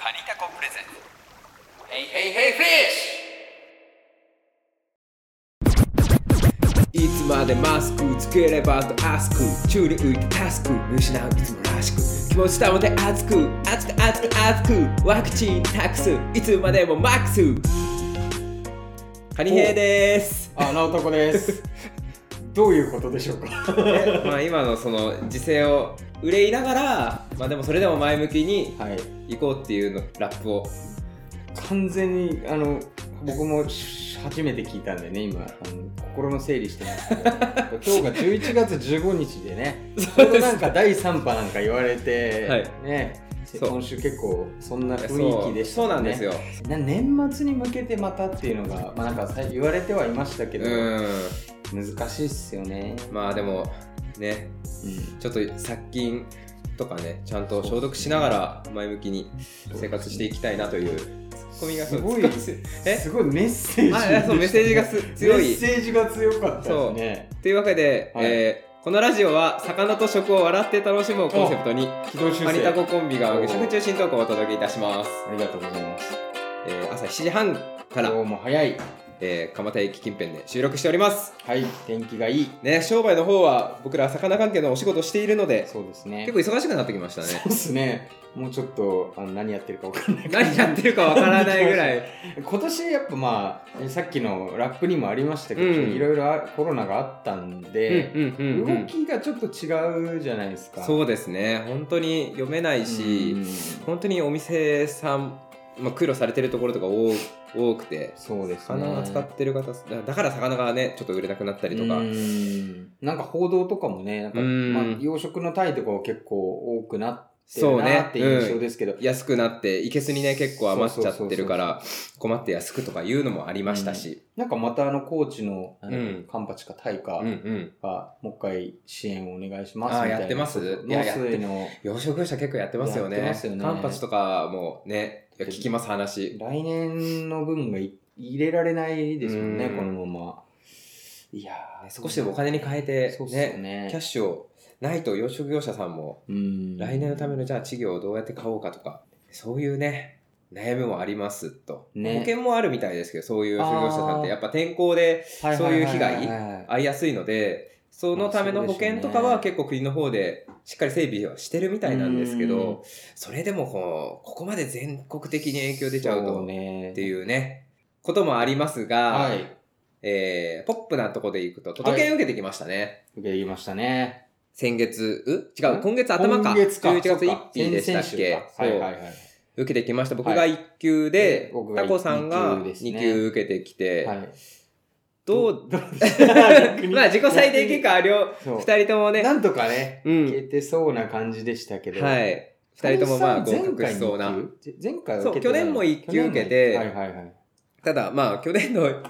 レゼンツヘイヘイヘイフィッシュいつまでマスクつければとアスク宙に浮いてタスク見失ういつもらしく気持ち保て熱く熱く熱く熱くワクチンタックスいつまでもマックスカニヘイですあ、なおたこです。どういうことでしょうか。えまあ今のその時勢を憂いながらまあでもそれでも前向きにはい。行こうっていうのラップを完全に、あの、僕もし初めて聞いたんでね、今、あの心の整理してますけ ど。今日が11月15日でね、ちょうどなんか第3波なんか言われて、はいね、そう今週結構そんな雰囲気でしたそうそね。うなんですよな。年末に向けてまたっていうのが、まあ、なんかさ言われてはいましたけうど、ん難しいっすよね。まあでもねうんちょっと殺菌とかねちゃんと消毒しながら前向きに生活していきたいなというツッコミがすごいそうツッコミ えすごいメッセージでしたね。あそうメッセージがす強メいッセージが強かったですね。というわけで、はいえーこのラジオは魚と食を笑って楽しむをコンセプトに軌道修正マニタココンビが無食中心トークをお届けいたします、ありがとうございます。えー朝7時半から、今日も早い。えー蒲田駅近辺で収録しておりますはい、天気がいい。ね商売の方は僕ら魚関係のお仕事をしているのでそうですね。結構忙しくなってきましたねそうですね。もうちょっとあの何やってるかわかんない。何やってるかわからないぐらい 今年やっぱまあさっきのラップにもありましたけど、うんいろいろあコロナがあったんで、うんうんうんうん動きがちょっと違うじゃないですか。そうですね本当に読めないし、うん本当にお店さん、まあ、苦労されてるところとか多多くてそうですね。魚を扱ってる方だだから魚がねちょっと売れなくなったりとか、うんなんか報道とかもね、なんかうんまあ、養殖のタイとかは結構多くなってそるうなねっていう印象ですけど、安くなっていけすにね結構余っちゃってるかそうら困って安くとかいうのもありましたし、なんかまたあの高知のあのうんカンパチかタイかうんうん、がもう一回支援をお願いしますみあーたいなやってますいや農水の養殖者結構やってますよねやってますよねカンパチとかもねいや聞きます話来年の分がい入れられないですもんねうんこのままいやー少しでもお金に変えてそうっすよねねキャッシュをないと養殖業者さんもうん来年のためのじゃあ稚魚をどうやって買おうかとかそういうね悩みもありますと、ね保険もあるみたいですけどそういう養業者さんってやっぱ天候でははははそういう被害遭いやすいのでそのためのまあ保そうでしょう険ねとかは結構国の方でしっかり整備はしてるみたいなんですけうんどそれでもこうここまで全国的に影響出ちゃうそとねっていうねこともありますが、はいえーポップなとこでいくと届け受けてきましたね。受け入れましたね先月、う違う、ん今月頭か。今月か11月そうか1日でしたっけ先々週。かそはういはいはい受けてきました。僕がはい1級でで、僕がタコさんが二級ですね2級受けてきて、はいどう、ど 逆にまあ自己最低結果、両、そう2人ともなね、んとかねういけん、てそうな感じでしたけどはい。2人ともまあ前回合格しそうな。二級前回は受けてそうな去い年も一級受けて去年もはいはいはいただ、まあ去年の1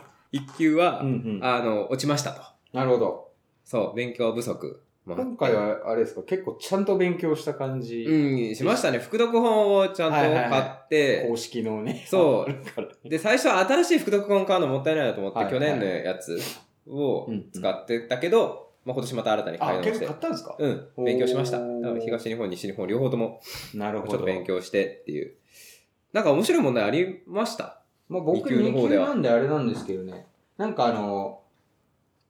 級はうん、うんあの、落ちましたと。なるほど。そう、勉強不足もあって。今回はあれですか、結構ちゃんと勉強した感じ、うん、しましたね。副読本をちゃんとはいはいはい買って、公式のね。そうあるからねで、最初は新しい副読本買うのもったいないなと思って、はい去年のやつをうん使ってたけど、まあ、今年また新たに買いあ、直し結て構買、ったんですか、うん、おー勉強しました。多分東日本、西日本、両方ともなちるょっほど。と勉強してっていう。なんか面白い問題ありましたまあ僕二級の方で2級はなんであれなんですけどね。なんかあの、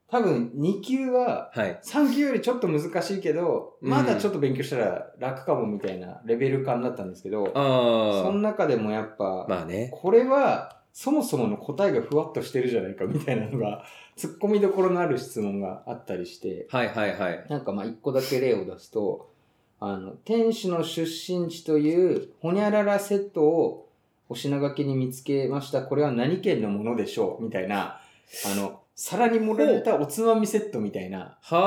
多分2級は、はい。 3級よりちょっと難しいけど、うんまだちょっと勉強したら楽かもみたいなレベル感だったんですけど、そあの中でもやっぱあ。、まあね。これはそもそもの答えがふわっとしてるじゃないかみたいなのが、突っ込みどころのある質問があったりして、はいはいはい。なんかまあ一個だけ例を出すと、あの、天使の出身地というほにゃららセットをお品書きに見つけました。これは何県のものでしょうみたいな、あの、皿に盛られたおつまみセットみたいな、あの、ま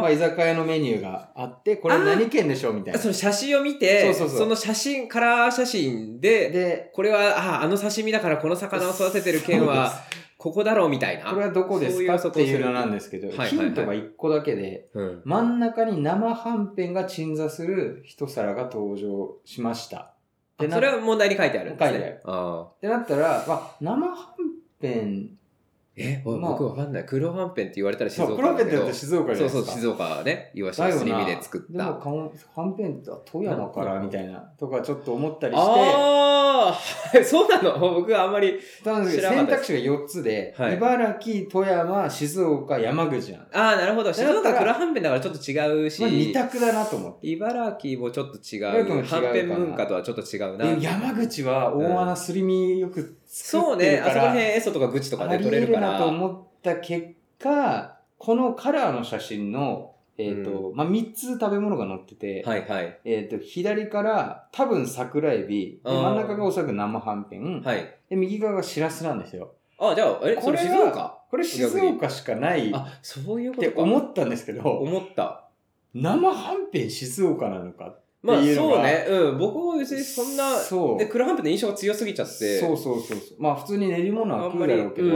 はあ、居酒屋のメニューがあって、これは何県でしょうみたいあ。なそ。の写真を見て、そうそうそうの写真、カラー写真で、で、これは、ああ、の刺身だからこの魚を育ててる県は、ここだろうみたいな。これはどこでそうすいう予か測をっするていうのなんですけど、はいはいはいヒントが一個だけで、うん。真ん中に生はんぺんが鎮座する一皿が登場しました。あでなそれは問題に書いてあるんですね。書いてあるあってなったら、まあ、生はんぺんえ、おまあ僕わかんない。黒はんぺんって言われたら静そう、岡プロペだンけテどって静岡じそうゃないそでう、すか。静岡ね。イワシだのよすりな身で作っでた。も、かんはんぺんは富山からみたいな、とかちょっと思ったりして、ああ、そうなの 僕はあんまり。たんですけど知らな選かった択です肢が4つで、はい茨城、富山、静岡、山口なんでああ、なるほど。静だ岡から黒はんぺんだからちょっと違うす。まあ、2し、択だなと思って。茨城もちょっと違茨城も違う。うかはなんぺん文化とはちょっと違うな。で山口は大穴すり身よくそ作うってね、るあそかこら、ら辺エソとかグチとかあでり取れるえるから。なと思った結果このカラーの写真の、えーとまあ、3つ食べ物が載ってて、はいはい。えー、と左から多分桜エビあでー真ん中がおそらく生はんぺん、はい。で右側がしらすなんですよあ、じゃあ、え、そこれれは静岡これ静岡しかないっあ、そういうことか。て思ったんですけど思った。生はんぺん静岡なのかまあ、っていうのがそうね。うん。僕も別にそんな、そうで、黒はんぺんの印象が強すぎちゃって。そうそうそうそうまあ普通に練り物はあん食まうり。だろうけど、うん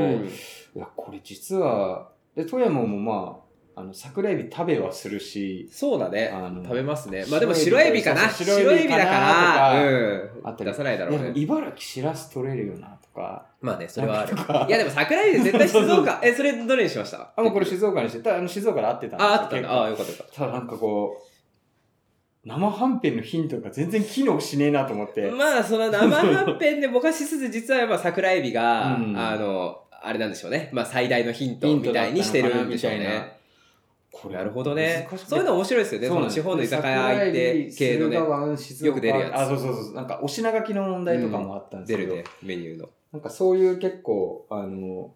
いや、これ実は、で、富山もまあ、あの、桜エビ食べはするし、そうだねあの。食べますね。まあでも白エビかな。白白エビエビだから、あうったん。り出さないだいろや、うでもね。茨城しらす取れるよな、とか。まあね、それはあるなん。かいやでも桜エビで絶対静 そうそう岡。え、それどれにしましたあ、もうこれ静岡にして、たあの静岡で合ってたんですあ、あったんだ。ああー、よかったよかっただなんかこう、生はんぺんのヒントが全然機能しねえなと思って。まあその生はんぺんでぼかしつつ実はやっぱ桜エビが、うんあのあれなんでしょうね、まあ、最大のヒンヒトントみだったいにしてるんでしょうみたいなね。こなるほどね難しくてそういうの面白いですよねそうそなんのです地方の居酒屋行って系のね桜エビ静岡よく出るやつあ、そうそうそう。なんか、お品書きの問題とかもあったんです出けど、るねメニューのなんかそういう結構、あの、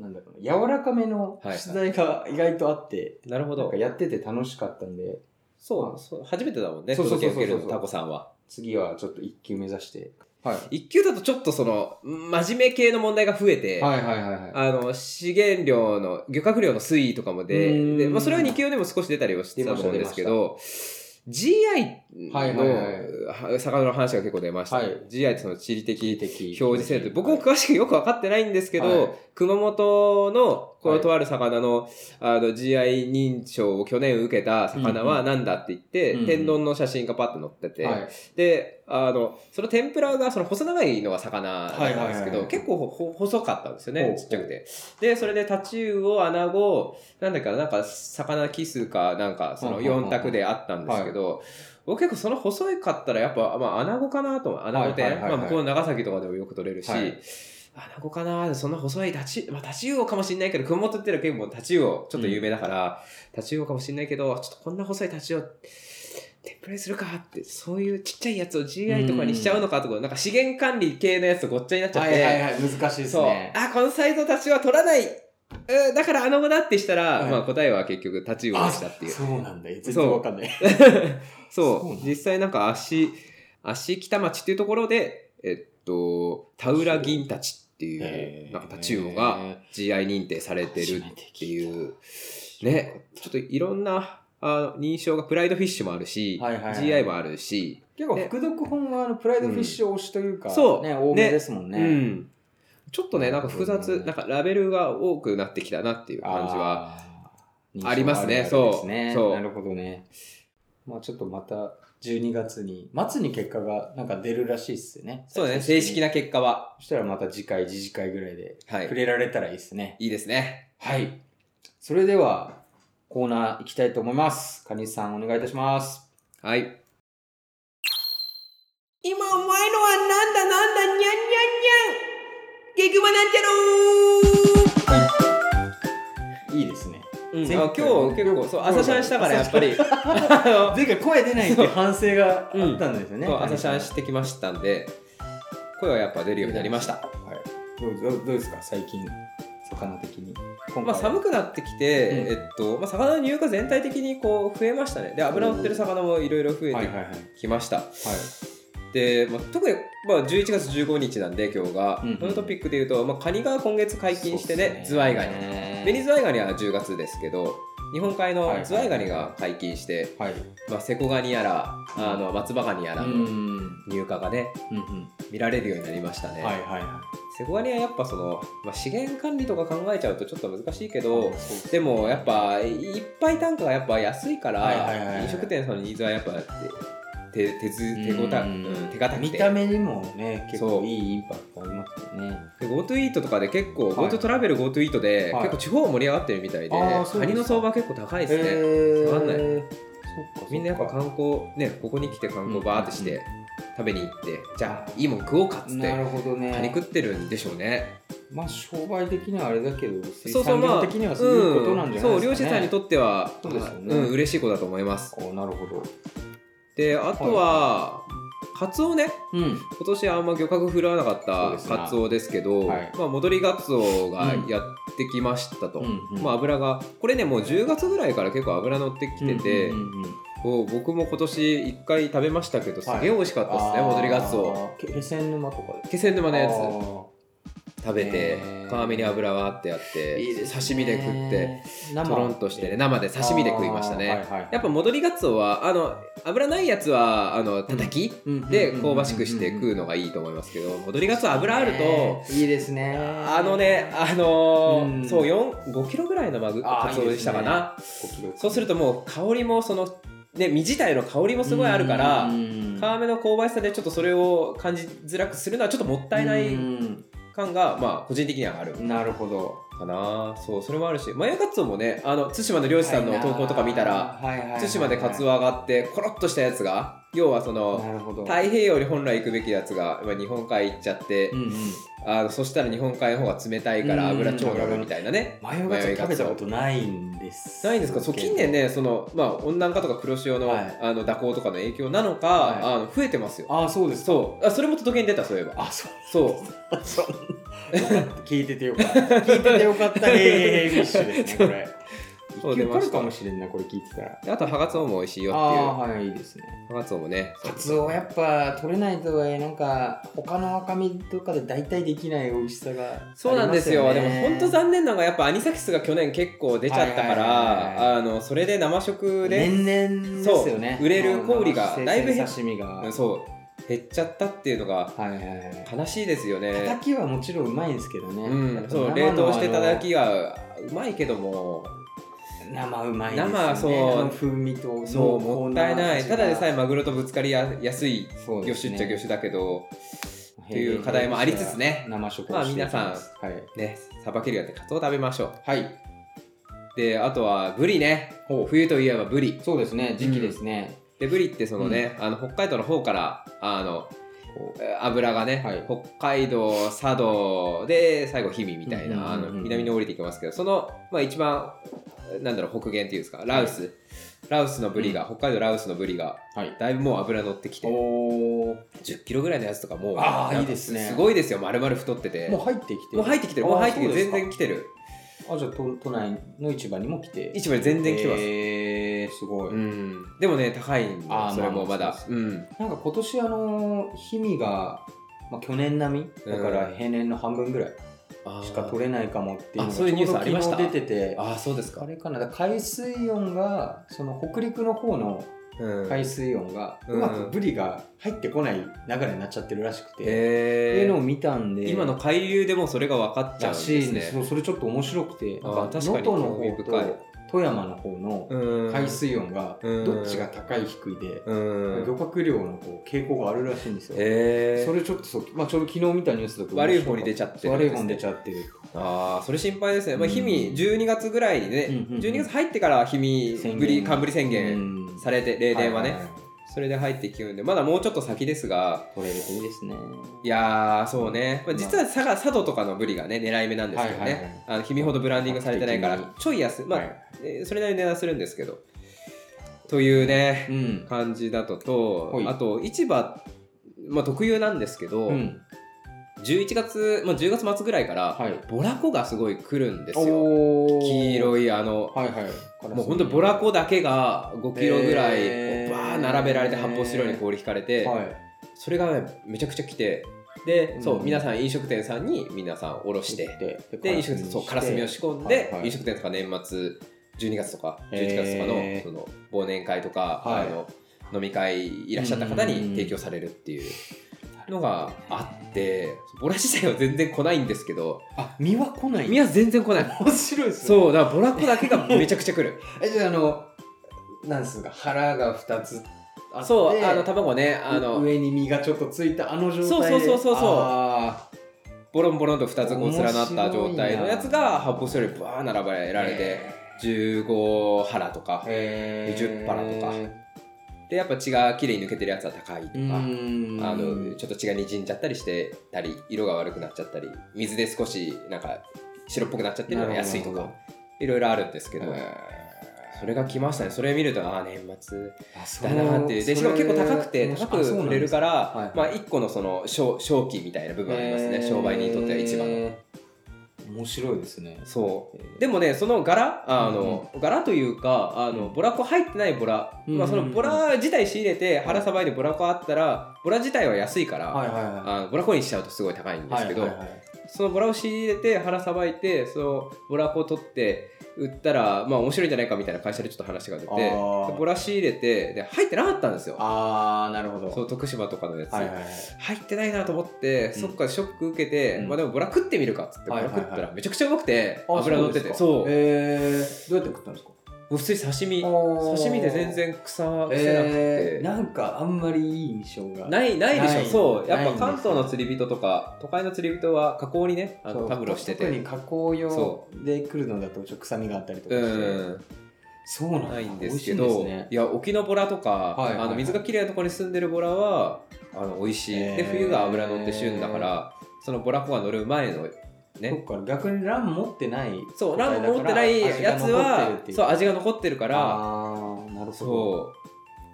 なんだろうな、柔らかめのはいはい取材が意外とあって、なるほなんどかやってて楽しかったんで、そうそう初めてだもんねそうそうそうそう届け受けるのタコさんは次はちょっと一級目指して。はい。一級だとちょっとその真面目系の問題が増えて、はいはいはいはい。あの資源量の漁獲量の推移とかもうでーんで、まあ、それは2級でも少し出たりはしてたと思うんですけど GI はいはいはいのは魚の話が結構出ました、はい GI ってその地理的的表示制度僕も詳しくよく分かってないんですけど、はい熊本のこはのいとある魚の,、あの GI 認証を去年受けた魚は何だって言って、うんうん天丼の写真がパッと載ってて、はいはいであのその天ぷらがその細長いのが魚だったんですけはいはいはいはどい結構ほほ細かったんですよほねうちっちゃくてでそれでタチウオアナゴなんだっけななんか魚奇数かなんかそうんのうんうん4択であったんですけど僕結構その細いかったらやっぱまあアナゴかなと思うアナゴは天いはいはいはまいあ向こうの長崎とかでもよく取れるし、はいアナゴかなそんな細いタチ、まあ、タチウオかもしんないけど、熊本ってのは結構タチウオ、ちょっと有名だから、タチウオかもしんないけど、ちょっとこんな細いタチウオ、天ぷらにするかって、そういうちっちゃいやつを GI とかにしちゃうのかとか、なんか資源管理系のやつとごっちゃになっちゃっはて、いはいはい、難しいですそう、ね。あ、このサイズのタチウオは取らないうんだからアナゴだってしたら、はいまあ答えは結局タチウオでしたっていう。そうなんだ。全然わかんない。 そうそうなんだ実際なんか足足北町っていうところでえっと田浦銀たちってへいーうなんかタチウオが GI 認定されてるっていうねちょっといろんなあ認証がプライドフィッシュもあるし、はいはいはい GI もあるし、結構、福読本はあのプライドフィッシュ推しというか、うんそうね、多めですもんね。うん、ちょっとねなんか複なるほど雑ねなんかラベルが多くなってきたなっていう感じはあーありますね印象あるあるですねそうそうなるほどね。まあちょっとまた12月に、末に結果がなんか出るらしいっすよね。そうね正式な。な結果はそしたらまた次回、次次回ぐらいではい触れられたらいいですね。いいですねはい。それでは、コーナー行きたいと思います。カニさんお願いいたします。はい今お前のはなんだなんだにゃんにゃんにゃん激マなんちゃろーいいですね。うん、前あ回今日結構そう朝シャンしたからやっぱり 前回声出ないって反省があそうったんですよね。そうカニ朝シさんャンしてきましたんで声はやっぱ出るようになりました、はい。どうどうどうですか最近魚的に。今まあ、寒くなってきて、うんえっとまあ、魚の入荷全体的にこう増えましたねで油売ってる魚もいろいろ増えはいはいてはいはい。きました、で、まあ、特に、まあ、11月15日なんで今日が、うんうんこのトピックでいうと、まあ、カニが今月解禁してそねうっすねズワイガニねベニズワイガニは10月ですけど日本海はいのはいズワイガニが解禁して、はい。まあ、セコガニやらあの松葉ガニやらうんの入荷がね、うんうん。見られるようになりましたね、はいはいはセコガニはやっぱその、まあ、資源管理とか考えちゃうとちょっと難しいけい。どでもやっぱいっぱい単価がやっぱ安いから、はいはいはいはい飲食店さんのニーズはやっぱ手手手ず手ごた、うん手堅くて見た目にもね、結そ構ういいインパクトありますよね。手 GoTo イートとかで結構、はい GoTo トラベル GoTo イートで、はい結構地方盛り上がってるみたいであーそうですかカニの相場結構高いですね、えわかんないそっかそっかみんなやっぱ観光ねここに来て観光バーってして、食べに行ってじゃあいいもん食おうかっつっなてるほどねカニ食ってるんでしょうねまあ商売的にはあれだけどそうそうま水産あ業的にはそういうことなんじゃないですかね、うんそう漁師さんにとってはそうですよねうん嬉しいことだと思いますおなるほどであとは、カツオねうん今年あんま漁獲振るわなかっそうですたなカツオですけど、はいまあ、戻りガツオがやってきましたと、うんうんまあ、油がこれねもう10月ぐらいから結構油乗ってきてて、うんうんうんうんお僕も今年1回食べましたけどすげえ美味しかったですね、あー戻りガツオけ気仙沼とかで気仙沼のやあつー食べてへー皮目に油があってあっていいですね刺身で食って生トロンとしてね生で刺身で食いましたね、あーはいはいやっぱ戻りガツオはあの油ないやつはあの叩きうんで香ばしくして食うののがいいと思いますけど戻りガツオ油あるといいですねあのねあのーうんそう4 5キロぐらいのマグあーカツオでしたかなそうするとともう香りもそのね身自体の香りもすごいあるから皮目の香ばしさでちょっとそれを感じづらくするのはちょっともったいない感がまあ個人的にはあるなるほどかなそうそれもあるしマヤカツオもねあの対馬の漁師さんの投稿とか見たら対馬でカツオ上がってコロッとしたやつが要はそのなるほど太平洋に本来行くべきやつがまあ日本海行っちゃって、うんうんあのそしたら日本海の方が冷たいから油超乗るみたいなねマヨガツオ食べたことないんですないんですかそう近年ねその、まあ、温暖化とか黒潮の,、はいあの蛇行とかの影響なのか、はいあの増えてますよああそうですうそうあそれも届けに出たそういえばあそうそうそう 聞いててよか った聞いててよかったへーへーへーミッシュですねこれそう一級出受かまるしたかもしれんなこれ聞いてたらであとハガツオも美味しいよっていうああーはいいいですねハガツオもねカツオはやっぱ取れないとはいえなんか他の赤身とかで大体できない美味しさがそうなんですよありまでも本当残念なのがやっぱアニサキスが去年結構出ちゃったから、はいはいはいはいあのそれで生食で、年々ですよねそう売れる小売がうんだいぶ減っ刺身がうんそう減っちゃったっていうのがはいはいはい悲しいですよね叩きはもちろんうまいんですけどね、うん、そうやっぱ生の冷凍してただきはうまいけども生うまいですよね生そうあの風味と濃厚そうもったいない味たがだでさえマグロとぶつかりややすいそう魚です種ねっちゃ魚種だけどっていう課題もありつつね生食まあをしていきますはいねさばけるようになってカツオ食べましょうはいであとはブリね冬といえばブリそうですね時期ですね、でブリってそのね、あの北海道の方からあのこえー油がね、はい北海道佐渡で最後氷見みたいな、うんうんあうんうんの南に降りていきますけどその、まあ、一番なんだろう北限っていうんですかラウス、ラウスのブリが、北海道ラウスのブリがうはいだいぶもう油乗ってきておー1 0キロぐらいのやつとかもうあーなんかいいですねすごいですよ丸々太っててもう入ってきてもう入ってきてるもう入ってきてる全然来来てるあじゃあ都都内の市場にも来て市場に全然来てます、へえすごい、うん、でもね高いんであーそれもままあだまあそううんなんか今年あの氷見が、まあ、去年並みだからうん平年の半分ぐらいしか取れないかもっていうのあがそういうニュースありましたちょうど昨日出ててあーあーそうですあか、れかなだから海水温がその北陸の方のうん、海水温がうんうまくブリが入ってこない流れになっちゃってるらしくて、っえていうのを見たんで今の海流でもうそれが分かっちゃうらんですしいんね。ですそうそれちょっと面白くてあなんか確能かに登の興方味深いと富山の方のうん海水温がうんどっちが高い低いでうん漁獲量のこう傾向があるらしいんですよ。えそれちょっとそう、まあ、ちょうど昨日見たニュースだと悪い方に出ちゃってるん悪でいすね方に出ちゃってるああそれ心配ですね、まあ、うん氷見12月ぐらいにね、うんうんうん12月入ってから氷見ぶり寒ぶり宣言うんされて例年はね、いいいそれで入ってきてるんでまだもうちょっと先ですが取れるといいですねいやーそうね、まあ、実は佐賀佐渡とかのブリがね狙い目なんですけどね、はいはいはいあの氷見ほどブランディングされてないからちょい安いまあ、はいえーそれなりに値段するんですけどというねうん、感じだととはいあと市場、まあ、特有なんですけど、うん、 11月、まあ、10月末ぐらいから、はいボラコがすごい来るんですよお黄色いいあの、はいはいもうほんとボラコだけが5キロぐらいへーこうバー並べられて発泡スチロールに氷引かれて、はいそれがねめちゃくちゃ来てでそう、うん皆さん飲食店さんに皆さんおろしてでで飲食店そうカラスミを仕込んで、飲食店とか年末12月とか11月とかの,、へーその忘年会とか、はいあの飲み会いらっしゃった方うんうんにうん提供されるっていうのがあってボラ自体は全然来ないんですけどあ身は来ない身は全然来ない面白いですねうそうだからボラ子だけがめちゃくちゃ来 るえじゃああのなんですか腹が二つあってそうあの卵ねあの上に身がちょっとついたあの状態でそうそうそうそうそうあボロンボロンと2つこう連なった状態のやつが発泡スチロールにバー並べられて15腹とかえ20パラとかでやっぱ血がきれいに抜けてるやつは高いとか、あのちょっと血がにじんじゃったりしてたり色が悪くなっちゃったり水で少しなんか白っぽくなっちゃってるのが安いとなるかほいろいろあるんですけど、それが来ましたねそれ見るとああ年末だなっていうでしかも結構高くて高く売れるから、はいまあ1個のその商商機みたいな部分ありますね、商売人にとっては一番の面白いですねそうへーでもねその柄あの、柄というかあのボラコ入ってないボラ、うんまあ、そのボラ自体仕入れて腹さばいてボラコあったらボラ自体は安いから、はいはいはあのボラコにしちゃうとすごい高いんいですけど、はいはいはいそのボラを仕入れて腹さばいてそのボラコを取って売ったらまあ面白いんじゃないかみたいな会社でちょっと話が出てあーでボラ仕入れてで入ってなかったんですよあーなるほどそう徳島とかのやつ、はいはいはい入ってないなと思って、うんそっかショック受けて、うんまあでもボラ食ってみるかっつってボはいラはいはい食ったらめちゃくちゃうまくてあ油乗っててそそううですかへーどうやって食ったんですかもう普通に刺身おー刺身で全然臭くせなくて、えー、なんかあんまりいい印象がないないでしょないそうやないんっでぱす関よ東の釣り人とか都会の釣り人は加工にねあそのうパブロしてて特に加工用そで来るのだとちょっと臭みがあったりとかうして、んそうなんだないんです美け味しいどんいですねや沖のボラとか、いはいはいあの水がきれいなところに住んでるボラはあの美味しい、へでー冬が脂乗って旬だからそのボラ粉が乗る前のそねっか逆にラン持ってないそうラン持ってないやつはそうあ味が残ってるからあーなるほどそ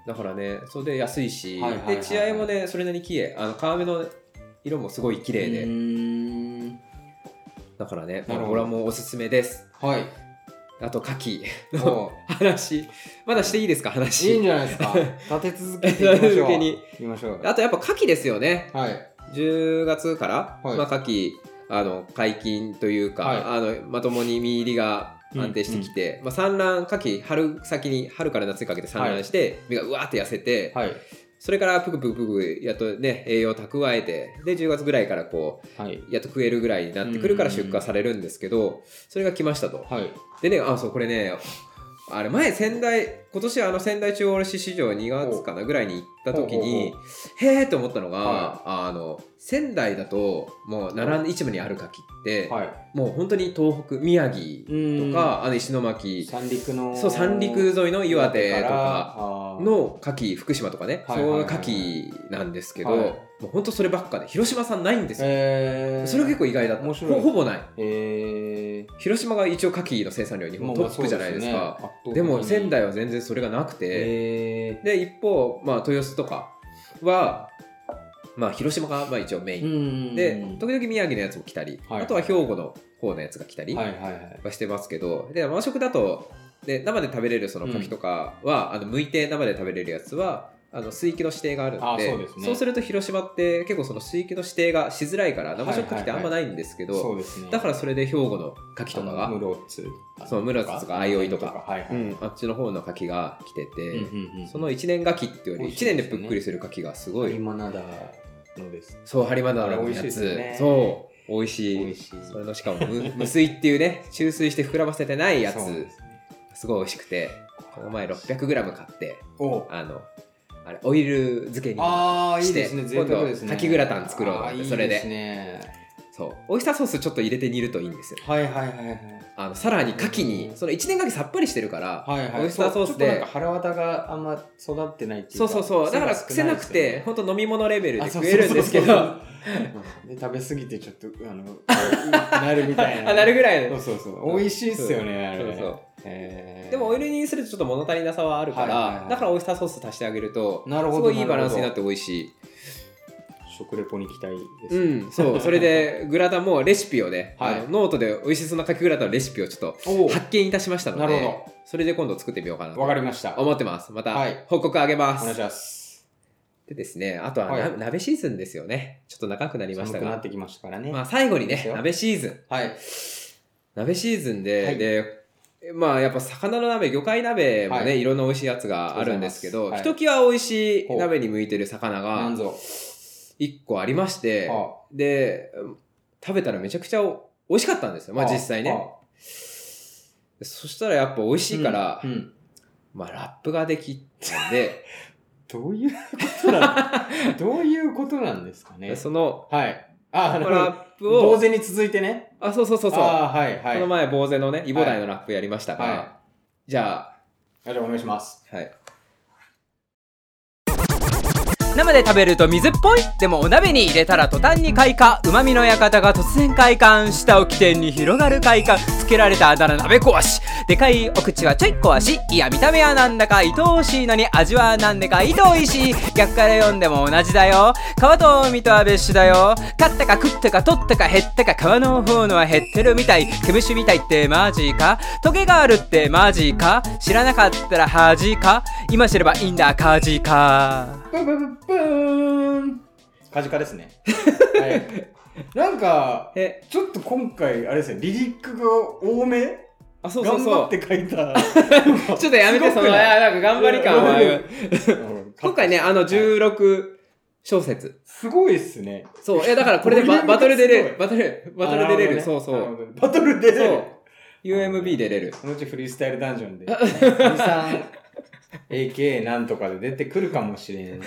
うだからねそれで安いし、はいはいはいはいで血合いもねそれなりに綺麗あの皮目の色もすごい綺麗で、うーんだからねなるほどボラもおすすめです はいあと牡蠣 も話まだしていいですかうい話いんじゃないで すか立て続けていきましょう立て続けにいきましょうあとやっぱ牡蠣ですよねはい10月から、はいまあ、夏季あの解禁というか、はいあのまともに身入りが安定してきて、まあ、産卵夏季春先に春から夏にかけて産卵して、身がうわーって痩せて、はいそれからプクプクプクやっとね栄養蓄えてで10月ぐらいからこはい、うやっと食えるぐらいになってくるからうんうん出荷されるんですけどそれが来ましたと。はい、でねあそうこれねあれ前仙台今年あの仙台中央卸市場2月かなぐらいに行った時にほへえと思ったのが、はあの仙台だともう奈良市場にある柿って、はい、もう本当に東北宮城とか、あの石巻三陸のそう三陸沿いの岩手とからかあーの柿福島とかね、はいはいはそいの柿なんですけど、はいもう本当そればっかで広島産ないんですよ、えー、それが結構意外だった面白いほほぼないえ広島が一応柿の生産量日ー、本トップじゃないですか、まあまあそうですねも仙台は全然それがなくて、えで一方、まあ、豊洲とかは、まあ、広島がまあ一応メイー、うン、んで時々宮城のやつも来たり、はいあとは兵庫の方のやつが来たりはいはいはいはしてますけど、で和食だとで生で食べれるその柿とかは、あの剥いて生で食べれるやつはあの水域の指定があるあのでそうですねすると広島って結構その水域の指定がしづらいから生食柿ってあんまないんですけど、そうですねだからそれで兵庫の柿とかあがの室津そう室津とか相生とかはいはい、うん、あっちの方の柿が来てて、うんうんうんその1年柿っていうよ美り味しい1年でぷっくりする柿がすごい、今なだのですそう針花のあれ美味しいやでつ、すよねそう美味しい美味しいそれのしかも無 無水っていうね注水して膨らませてないやつそうですすねごい美味しくてこの前 600g 買っておあのあれオイル漬けにああいいしてですね贅沢ですね今度牡蠣グラタン作ろうなんてあーいいそれですねそうオイスターソースちょっと入れて煮るといいんですよはいはいはいはいあのさらに牡蠣うんにその1年牡蠣さっぱりしてるから、はいはい、オイスターソースそうちょっとでなんか腹渡があんま育ってないっていうそかうそうそうだから癖なくて本本当飲み物レベル当で食えるんですけどで食べ過ぎてちょっとあのなるみたいな あなるぐらいそうそうそう美味しいっすよねあれそうそうへーでもオイル煮にするとちょっと物足りなさはあるから、はいはいはいだからオイスターソース足してあげるとなるほどすごいいないるほバどランスになって美味しい食レポに期待です、うんそうそれでグラタンもレシピをね、 はいあのノートで美味しそうなかきグラタンのレシピをちょっとお発見いたしましたのでなるほそれで今度作ってみようかなどわかとりましたお思ってますまたはい報告あげます、願いしますでですねあとはな、はい鍋シーズンですよねちょっと長くなりまし寒たくなっがてきましたからね、まあ最後にいいですねよ鍋シーズンはい鍋シーズンで、はいでまあやっぱ魚の鍋魚介鍋もね、はいい、ろんな美味しいやつがあるんですけどありがひとうときわ美味しい鍋に向いてる魚ながんぞ1個ありましてあで食べたらめちゃくちゃお美味しかったんですよまああ実際ねあそしたらやっぱ美味しいから、うんうんまあラップができたんで、 どういうことなんどういうことなんですかねそのはいああ、このなるラほップど。を呆、然に続いてね。あ、そうそうそうそう。ああ、はいはい。この前、坊勢のね、イボダイのラップやりましたから、はじゃい。あじゃあお願いします。あ、はい。生で食べると水っぽいでもお鍋に入れたら途端に開花うまみの館が突然開館舌を起点に広がる快感つけられたあだ名鍋壊しでかいお口はちょい壊しいや見た目はなんだか愛おしいのに味はなんだか愛おいしい逆から読んでも同じだよ皮と海とは別種だよ勝ったか食ったか取ったか減ったか皮の方のは減ってるみたい毛虫みたいってマジかトゲがあるってマジか知らなかったら恥か今知ればいいんだカジかブブブブーン。カジカで すね。はい。なんか、え、ちょっと今回、あれですね、リリックが多めあ、そうそう頑張そっう。て書いた。 ちょっとやめて、すそごの、くいないやなんか頑張り感は。う ん今回ね、あの、16小節。すごいっすね。 そう、え、だからこれでバボバリトュールムがすご出いれる。バトル、バトル出れる。あなそうそほどねなるう。ほどバトル出れる。そう。UMB 出れる。そのう ちフリースタイルダンジョンで、23 AK なんとかで出てくるかもしれん。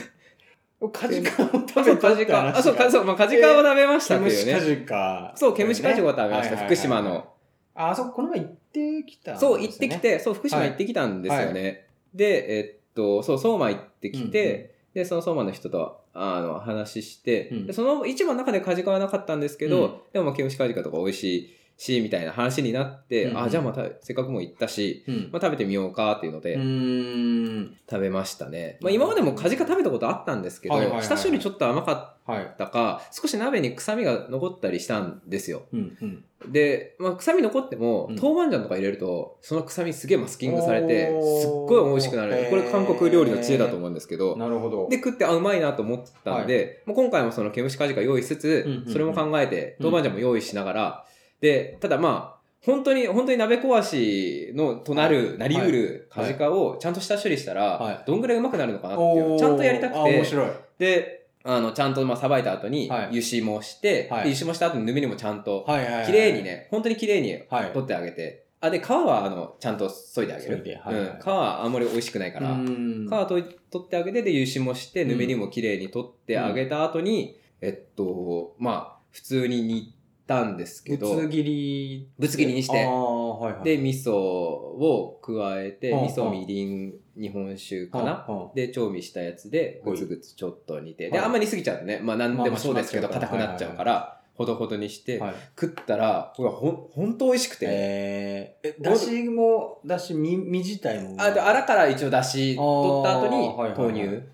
カジカをあ、食そべう、たカっジて話がカ。あ、そう、かそうまあカジカを食べましたケってムいうシカね。ジカ。そう、ケムシカジカを食べましはいはいた。はい福島の。あ、あそここの前行ってきたんですよそね、う、行ってきて、そう、福島行ってきたんですよね。で、えっと、そう、相馬行ってきて、うんで、その相馬の人と、あの、話して、うんでその市場の中でカジカはなかったんですけど、うんでも、まあ、ケムシカジカとか美味しいし、みたいな話になって、うんうんあ、じゃあまた、せっかくも行ったし、うん。まあ、食べてみようかっていうので、うーん。食べましたね。まあ、今までもカジカ食べたことあったんですけど、はいはいはいはい下処理ちょっと甘かはい。ったか、少し鍋に臭みが残ったりしたんですよ。うん。うん。で、まあ、臭み残っても、うん豆板醤とか入れると、その臭みすげえマスキングされて、おーすっごい美味しくなへーる。これ韓国料理の知恵だと思うんですけど、なるほど。で、、食って、あ、うまいなと思ったんで、もう今回もその毛虫カジカ用意しつつ、うんうんうんそれも考えて、豆板醤も用意しながら、で、ただまあ、本当に、本当に鍋壊しのとなる、なりうるはカいジカをちゃんと下処理したら、はいどんぐらいうまくなるのかなっていう、おーちゃんとやりたくあ、面て、白い。で、あの、ちゃんとまあ、さばいた後にはい、湯しもして、はいで湯しもした後にぬめりもちゃんと、はいはいはい。綺麗に。ね、本当に綺麗にはい。取ってあげて、あ、で、皮は、あの、ちゃんと削いであげ削いでる。はいはいうん。皮はあんまり美味しくないかうら、ーん皮と取ってあげて、で、油脂もして、ぬめりも綺麗に取ってあげた後に、えっと、まあ、普通に煮たんですけどぶ、つ切り。ぶつ切りにしてああ、はいはい。で、味噌を加えて、うん味噌、みりん、日本酒かなうんうんで、調味したやつで、ぐつぐつちょっと煮て。で、はいあんまり煮すぎちゃうとね、まあ、なんでもそうですけど、まあまあ硬くなっちゃうから、ほどほどにして、はい。食ったら、これほん、ほんと美味しくて。えー、えだしも、だし、身身自体も。あと、あらから一応出汁取った後あーはいはいにはい豆乳。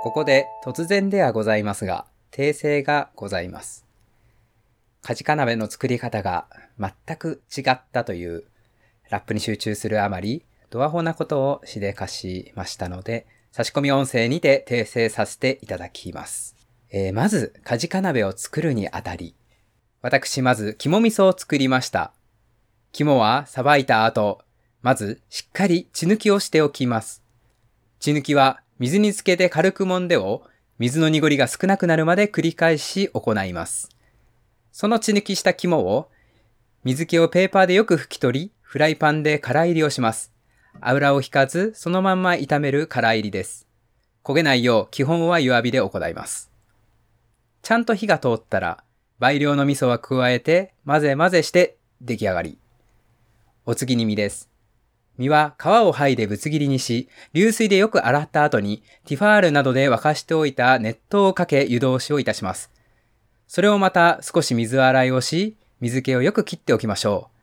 ここで突然ではございますが、訂正がございます。カジカ鍋の作り方が全く違ったという、ラップに集中するあまり、ドアホなことをしでかしましたので、差し込み音声にて訂正させていただきます。えーまず、カジカ鍋を作るにあたり、私まず肝味噌を作りました。肝はさばいた後、まずしっかり血抜きをしておきます。血抜きは水につけて軽く揉んでを水の濁りが少なくなるまで繰り返し行います。その血抜きした肝を水気をペーパーでよく拭き取り、フライパンで空入りをします。油を引かずそのまんま炒める空入りです。焦げないよう基本は弱火で行います。ちゃんと火が通ったら倍量の味噌は加えて混ぜ混ぜして出来上がり。お次に身です。身は皮を剥いでぶつ切りにし、流水でよく洗った後に、ティファールなどで沸かしておいた熱湯をかけ湯通しをいたします。それをまた少し水洗いをし、水気をよく切っておきましょう。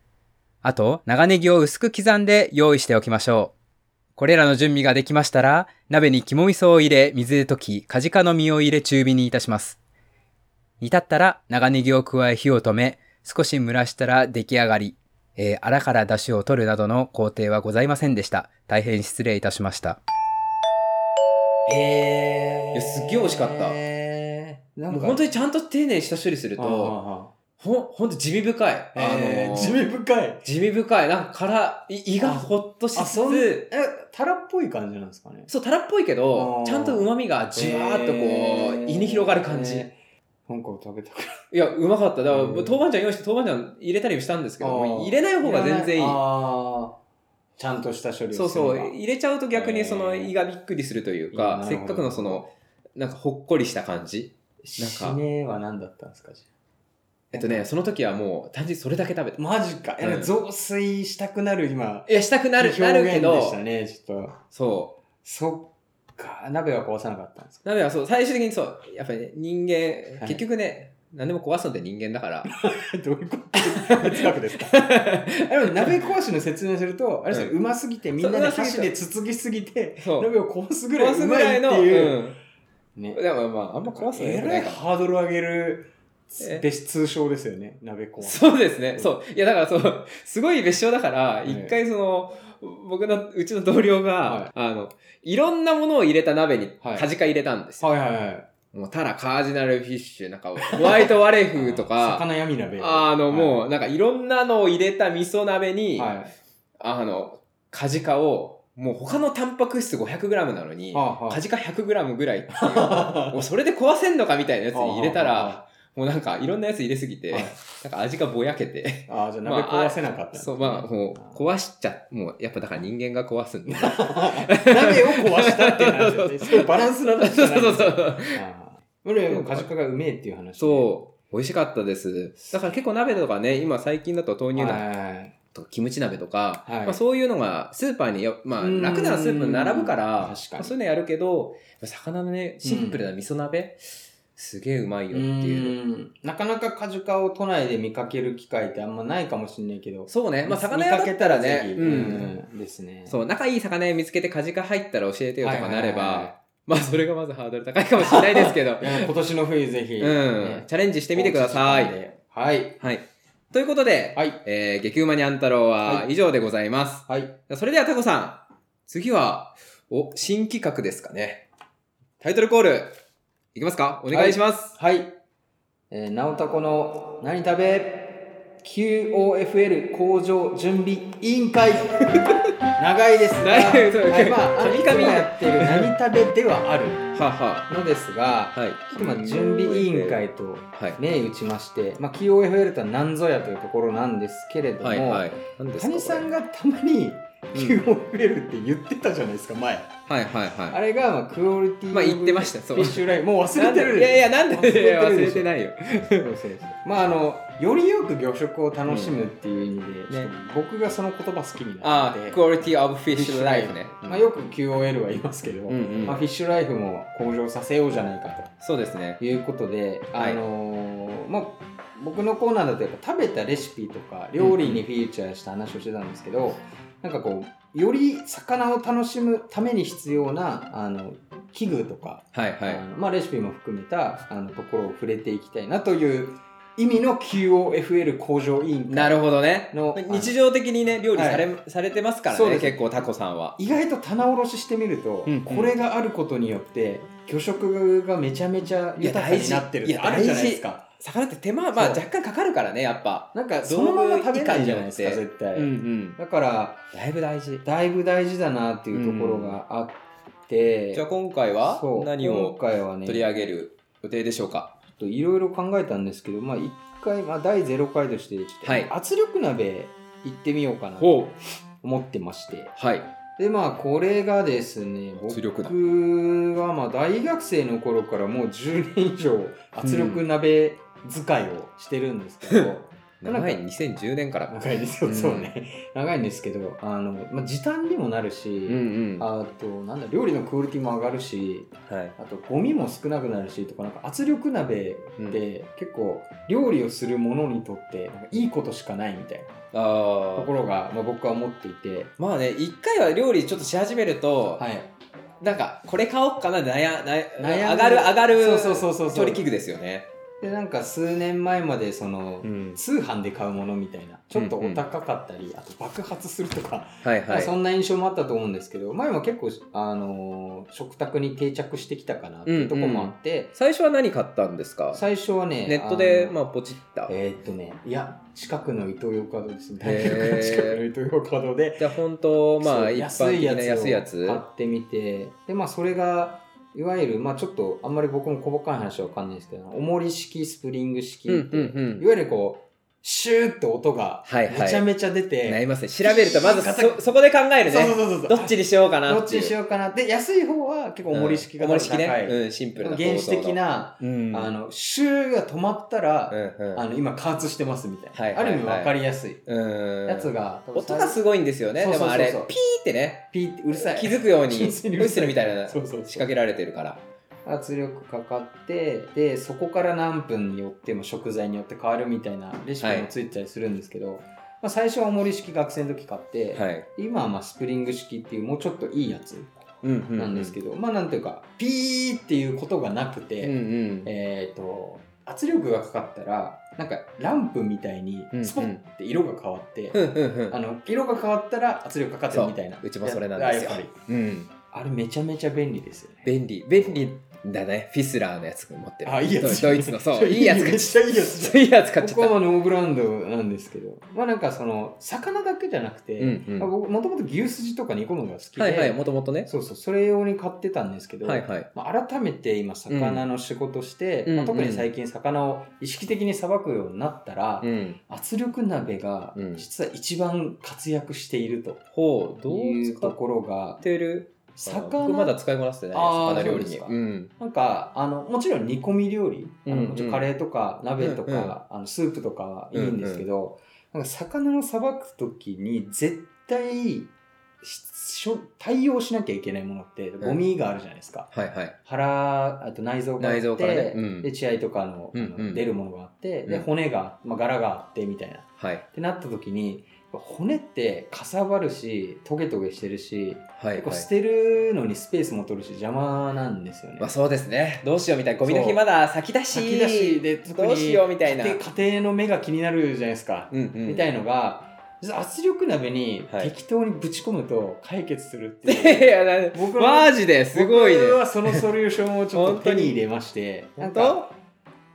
あと、長ネギを薄く刻んで用意しておきましょう。これらの準備ができましたら、鍋に肝味噌を入れ、水で溶き、カジカの実を入れ中火にいたします。煮立ったら長ネギを加え火を止め、少し蒸らしたら出来上がり。えー、あらから出汁を取るなどの工程はございませんでした。大変失礼いたしました。えー、いやすっげえ美味しかったえー、なんもうか、本当にちゃんと丁寧に下処理するあーと、ほん、ほんと地味深い。ああーのえーー地味深い。地味深い。なんかから、い胃がほっとしあ、つそんえつ、、タラっぽい感じなんですかね。そう、たらっぽいけあどー、ちゃんと旨味がじわーっとこえう、ー胃に広がる感じ。えーなんか食べたくなるいや、うまかった。だから、うん豆板醤用意して豆板醤入れたりもしたんですけど、あーもう入れない方が全然いい。あーちゃんとした処理をそうそう。すれば入れちゃうと逆にそのえー胃がびっくりするといういやか、なるせほどっかくのその、なんかほっこりした感じ。締めは何だったんですかじゃえっとね、その時はもう単純にそれだけ食べたあ。マジか。いやうん増水したくなる今。いや、したくなる、表なるけ現でどした、ね、ちょっと。そそっか。鍋は壊さなかったんですかう。鍋はそう、最終的にそう、やっぱりね、人間、はい結局ね、何でも壊すのって人間だ から。 どういうこと哲学 ですかでも鍋壊しの説明すると、あれですよ、ううますぎて、みんなそうでうますぎて箸でつつぎすぎて、そう。鍋を壊すぐら壊いうすまぐらいいっての、いう。うん。ねでもまあ、あんま壊すのはえ良くらないいから。ハードル上げるえ別通称ですよね、鍋壊し。そうですね。そう。いや、だからそう、すごい別称だから、え一回その、僕の、うちの同僚はいが、あの、いろんなものを入れた鍋に、はいカジカ入れたんですよ。はいはいはい。もう、タラ、カージナルフィッシュ、なんか、ホワイトワレフとか、魚闇鍋。あの、もう、う、なんか、いろんなのを入れた味噌鍋に、はい。あの、カジカを、もう他のタンパク質 500g なのに、はカジカ 100g ぐらいっていう、あ もうそれで壊せんのかみたいなやつに入れたはあはあら、もうなんかいろんなやつ入れすぎて、はいなんか味がぼやけ て、あー、じゃあ鍋壊せなかったんですね。そう、まあもう壊しちゃ、もうやっぱだから人間が壊すんで。そ 鍋を壊したっていう話ですね。そういう バランスの話じうゃないそでうすそね。う。あーこれはもうカジカがうめえっていう話。そう、美味しかったです。だから結構鍋とかね、今最近だと豆乳うはい鍋とかキムチ鍋とか、はいまあ、そういうのがスーパーによ、まあ、うん楽ならスープに並ぶから、確かにまあそういうのやるけど、魚のね、シンプルな味噌鍋、すげえうまいようっていう。んなかなかカジカを都内で見かける機会ってあんまないかもしれないけど、そうね、まあ、魚見屋かだけったたららねね、、う。うんんですね。そうう、仲いい魚屋見つけてカジカ入ったら教えてよとかなれば、まあ、それがまずハードル高いかもしれないですけど、いや今年の冬ぜひ、うんね、チャレンジしてみてくださおうち時間い。ではい。はい。ということで、はい。えー、激うまにゃん太郎はは以上でございます。はい。それではタコさん、次は、お、新企画ですかね。タイトルコール、いきますかお願いします。はい。えー、なおたこの何食べ ?QOFL 工場準備委員会。 長 いですが、長いそうはい、まあ、あの、神々いつもやってる何食べではあ るはあはのですが、あ、はい。今準備委員会とはい。銘打ちまして、まあ、QOFL とは何ぞやというところなんですけれども、はいはい。何ですか谷さんが。がたまに QOFL って言ってたじゃないですか前、はいはいはあれがまあクオリティまあ言ってましたフそうィッシュラインもうい。忘れなてんるでいやいや、なんでいや忘れて忘るでしょれてないよ。そうそうそうまああのよりよく魚食を楽しむっていう意味で、ねちょっと僕がその言葉好きになっあてあ、クオリティオブフィッシュライフね。まあ、よく QOL は言いますけど、うんうんまあ、フィッシュライフも向上させようじゃないかとそうですね。ということで、はいあのーまあ、僕のコーナーだとやっぱ食べたレシピとか料理にフィーチャーした話をしてたんですけど、なんかこうより魚を楽しむために必要なあの器具とか、はいはあい。のまあ、レシピも含めたあのところを触れていきたいなという意味の QOFL 向上委員会なるほどねの。日常的にね、料理され,、されてますからそうね、です結構タコさんは。意外と棚卸ししてみると、うんうんこれがあることによって魚食がめちゃめちゃ豊かになってるっいてや大事あるじゃないですか。魚って手間、まあそう若干かかるからね、やっぱ。なんかそのまま食べないじゃないですか道具以下に絶対、ん。だからだいぶ大事。だいぶ大事だなっていうところがあって、じゃあ今回はそう何今を回はね取り上げる予定でしょうかちょっといろいろ考えたんですけどまあ一回、まあ、第0回としてちょっとはい圧力鍋行ってみようかなとほう。思ってましてはい。でまあこれがですね圧力僕はまあ大学生の頃からもう10年以上圧力鍋使いをしてるんですけど、なんか長い2010年から。長いですよ、うんそうね長いんですけどあの、まあ、時短にもなるし、うんうん。はあとなんだ料理のクオリティも上がるしい。あとゴミも少なくなるしとかなんか圧力鍋うんって結構料理をする者にとってなんかいいことしかないみたいなあとーころが、まあ、僕は思っていて、まあね、一回は料理ちょっとし始めると、はい、なんかこれ買おうかなで悩悩悩む上がる上がるそうそうそうそうそう調理器具ですよね。でなんか数年前までその、ん、通販で買うものみたいなちょっとうんうんお高かったり、あと爆発するとかはいはまあい。そんな印象もあったと思うんですけど前も結構、あのー食卓に定着してきたかなっていうところもあって、最初は何買ったんですか最初はねネットであ、のまあ、ポチった。えーっとねいや近くのイトーヨーカドーですね大へー学の 近くのイトーヨーカドーでじゃあ、本当まそあ、う一般的な安いやつ。を買ってみてでまあそれがいわゆるまあちょっとあんまり僕も細かい話は分かんないですけどおもり式スプリング式って、うんうんうんいわゆるこうシューって音が、はいはいめちゃめちゃ出て、なりますね。調べると、まずガサそ、そこで考えるそうそうね。そうそう。どっちにしようかなどっっていちう。にしようかなって、安い方は結構おもり式がうん多おも分り式高ねい。。うん、シンプルな構造原の始的。な、うん。あの、シューが止まったら、うんうんあの、今加圧してますみたいな。はいはいはいある意味わかりやすい。うん。やつが、多分音がすごいんですよね。そうでそうもそあうそうれ、ピーってね、ピーってうるさい。気づくように、ウ純イ粋にうるさッいスルみたいな仕そうそうそう掛けられてるから。圧力かかってでそこから何分によっても食材によって変わるみたいなレシピもついてたりするんですけど、まあ、最初はおもり式学生の時買って、はい。今はまあスプリング式っていうもうちょっといいやつうんうなんですけど、まあなんていうかピーっていうことがなくて、うんうん。えっ、と圧力がかかったらなんかランプみたいにスポッて色が変わって、うんうんあの色が変わったら圧力かかってるみたいなそううちもそれなんですよあやっぱりうん。うん。あれめちゃめちゃ便利ですよね便利。便利だね。フィスラーのやつ持ってる。あい いやつドドイツの、そう。いいやつめ買っっちちゃいいやゃつった。いいやつ買っちこゃっこた。はノーブランドなんですけど、まあなんかその、魚だけじゃなくて、うんうんまあ僕もともと牛すじとか煮込むのが好きで、はいはい、もともとね。そうそう、それ用に買ってたんですけど、はいはい。まあ、改めて今、魚の仕事して、うんまあ特に最近、魚を意識的にさばくようになったら、うん。圧力鍋がうん実は一番活躍しているとほう、どいうう使とっころが、てる魚僕まだ使いこなせてない。あー魚料理に。そうですかん。なんかあのもちろん煮込み料理、あうんうのんもちろんカレーとか鍋とか、うんうんあのスープとかはいいんですけど、なんか魚をさばく時に絶対ししょ対応しなきゃいけないものってんゴミがあるじゃないですか、はいはい。腹あと内臓があって内臓からねうんで血合いとかの,あの、うんうん出るものがあって、うでん骨が、まあ、柄があってみたいなっはい。てなった時に骨ってかさばるしトゲトゲしてるしはい結は構い。捨てるのにスペースも取るし邪魔なんですよね。まあそうですね。どうしようみたいな。ゴミの日そうまだ先だし。先出しで特にどうしようみたいな家庭家庭の目が気になるじゃないですか、うんうん。みたいいのが実は圧力鍋にはい適当にぶち込むと解決するってい う、や、な僕のマジですごいね。僕はそのソリューションをちょっと手本当にに入れましてな ん本か当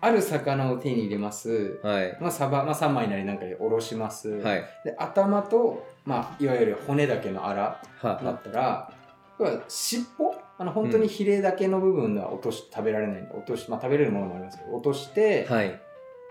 ある魚を手に入れます、はい。まあ、サバ、まあ、3枚なりなんかでおろします、はい。で頭と、まあ、いわゆる骨だけの粗だはったら、要は尻尾あの本当にヒレだけの部分は落とし食べられないんで落とし、まあ、食べれるものもありますけど落として、い。はい。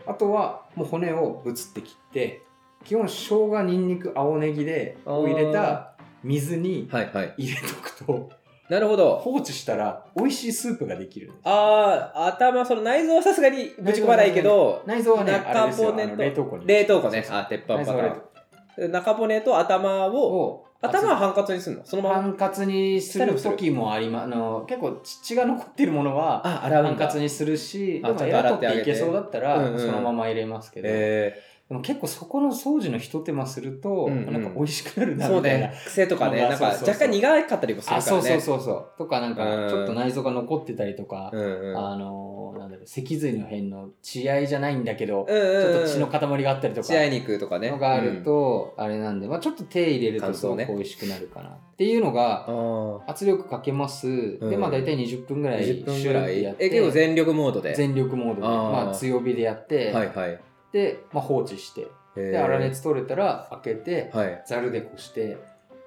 あとはもう骨をぶつって切って基本生姜にんにく青ネギであーを入れた水にはい。はい。入れとくとなるほど。放置したら美味しいスープができるんですああ、頭、その内臓はさすがにぶち込まないけど、内臓はね中あれですよ骨とあの冷凍庫に冷凍庫ね。そうそうあ、鉄板パタ内臓は冷ーン。中骨と頭凍を、を頭はハンカツにするのそのまま。管轄にする時もありまあの結構血が残ってるものはあ、洗うん管だ。轄にするし、あでもちゃんエと洗ラっってあげてていけそうだったら、うんうんそのまま入れますけど、えでも結構そこの掃除のひと手間すると、うんうんなんか美味しくなるーなそうみたいな。ね。癖とかね。まあなんかそうそうそう若干苦かったりもするからあね。そうそうそうそう。とかなんうんかちょっと内臓が残ってたりとか、うんうん。あのーなんだろう脊髄の辺の血合いじゃないんだけど、うんうんちうんょっと血の塊があったりとか血合い肉とかね。のがあると、あれなんで、まあ、ちょっと手入れると感す想ごねく美味しくなるかなっていうのが、うん、ああ。圧力かけます、うでんまあ大体20分ぐらい20分シぐューっらていやっ。てえ、結構全力モードで。全力モードであーまあ、強火でやって、はいはい。で、まあ、放置してでで粗熱取れたら開けてはい。ざるでこして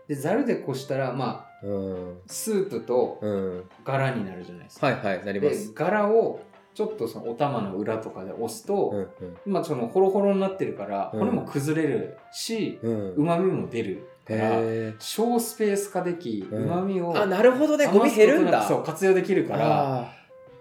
でざるでこしたらまあうん。スープとうん。柄になるじゃないですか、はいはい、なりま。です柄をちょっとそのお玉の裏とかで押すと、うんまあそのホロホロになってるからうん骨も崩れるしうん。ううん。ま、みも出るからへ小スペース化できううんまみをーあ、なるほどね。ゴミ減るんだ。余すことなくそう活用できるからあ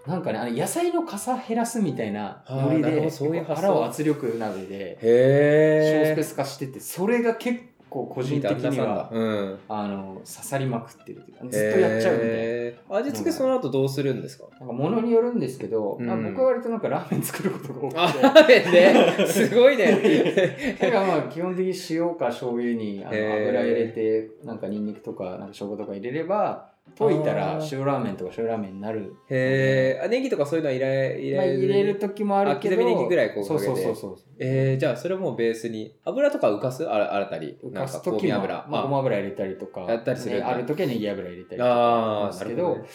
なんかね、あの野菜のかさ減らすみたいなあーノリなるほどで、そういう発想腹を圧力鍋ーでへ小スペーえ。ス化してて、それが結構個人的には、うん。あの、刺さりまくってるというか、ずっとやっちゃうみたいな。へー味付けその後どうするんですかなんか物によるんですけど、うんまあ僕は割となんかラーメン作ることが多あ、くラーメンね。すごい ね。て、なんかまあ基本的に塩か醤油にあのへー油入れて、なんかニンニクとかなんか生姜とか入れれば、溶いたらあー塩ラーメンとか塩ラーメンになる。へえ。あ、ネギとかそういうのはいら入まあ、れ入れる時もあるけど、あ刻みネギぐらいこうかそけうてそうそうそう。えー、じゃあそれもベースに油とか浮かすあら新たに浮なんかかす香時味も油まあ、ごまあ油入れたりとかやったりするねある時はネギ油入れたりとかあーですなけるどほどね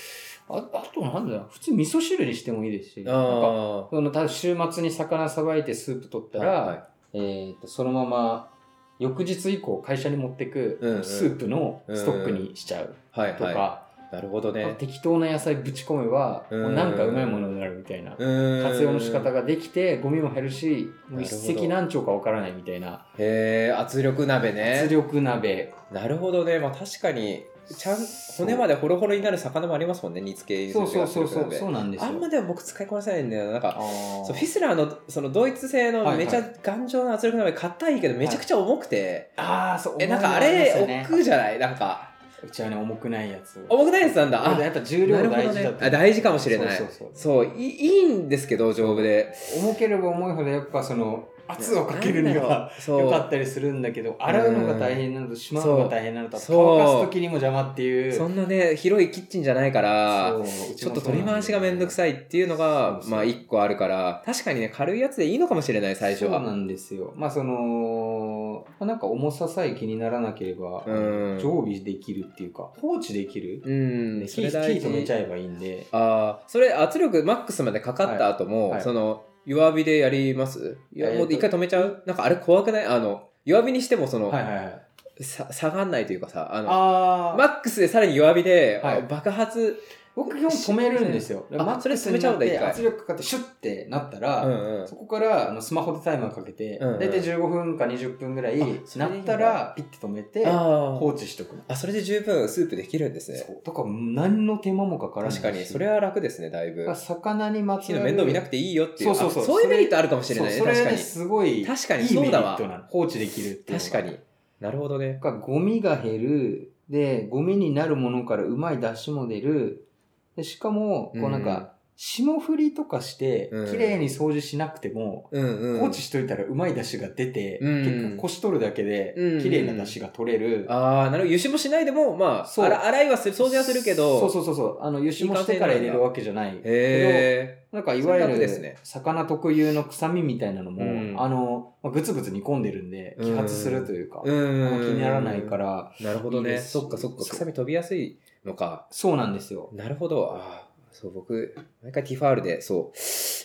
ああとなんだろう普通味噌汁にしてもいいですしなんかあそのただ週末に魚さばいてスープ取ったら、はいはえー、とそのまま翌日以降会社に持ってうんうくんスープのストックにしちゃうーはいとか、はなるほどね。適当な野菜ぶち込めば、うんもうなんかうまいものになるみたいな、活活用の仕方ができてゴミも減るしもう一なるほ石ど何鳥かわからないみたいなへえ圧力鍋ね圧力鍋なるほどねまあ確かにちゃんそう骨までホロホロになる魚もありますもんね煮付けにすそるうそうそうそうそうなんですよあんまでも僕使いこなせないんだよなんかあそうフィスラーのそのドイツ製のはいはいめちゃ頑丈な圧力鍋硬いけどめちゃくちゃ重くて、あーそうえなんかあ重いのりれますよ億劫じゃないなんかうちはね重くないやつ重くないやつなんだああやっぱ重量大事だって、あ大事かもしれないそうそうそういいいいんですけど丈夫でそう重ければ重いほどやっぱその圧をかけるにはそうよかったりするんだけど洗うのが大変なのとしまうのが大変なのとそう乾かす時にも邪魔っていうそんなね広いキッチンじゃないからそうちょっと取り回しがめんどくさいっていうのそがうそうまあ一個あるから確かにね軽いやつでいいのかもしれない最初はそうなんですよまあそのまあなんか重ささえ気にならなければ、うん常備できるっていうか放置できる、うんキそーれキ大ー事止めちゃえばいいんであーそれ圧力マックスまでかかった後も、はいはいその弱火でやりますいやえーともう一回止めちゃうなんかあれ怖くないあの弱火にしてもその、はいはいはいさ下がんないというかさあのあーマックスでさらに弱火で、はい爆発僕基本止めるんですよ。あマッそれクス止にめちゃうんだなって一回圧力かかってシュッてなったうら、んうんそこからあのスマホでタイマーかけて、うんうんだいたい15分か20分ぐらいあそれなでいいっんだたらピッて止めてあ放ー置しとくの。あそれで十分スープできるんですねそうとか何の手間もかからないし。確かにそれは楽ですねだいぶ魚にまつ火の面倒見なくていいよっていうそうそうそうあそういうメリットあるかもしれそうないねそ確れかねにすごい確かにいいそうメリだッわトなの放置できるっていうのが確かになるほどねなんかゴミが減るでゴミになるものからうまい出汁も出るでしかもこうなんうんか霜降りとかしてうん綺麗に掃除しなくてもうんうん放置しといたらうまい出汁が出てうん結構こし取るだけでうん綺麗な出汁が取れるああなるほど湯しもしないでもまあそうあら洗いはする掃除はするけどそうそうそうそうあの湯しもしてから入れるわけじゃないけへえどなんかいわゆそれ楽るですね魚特有の臭みみたいなのうんもあのまあグツグツ煮込んでるんで揮発するというかうあんんま気にならないからなるほどいいねですそっかそっかそう臭み飛びやすいのかそうなんですよなるほどあーそう僕毎回ティファールでそう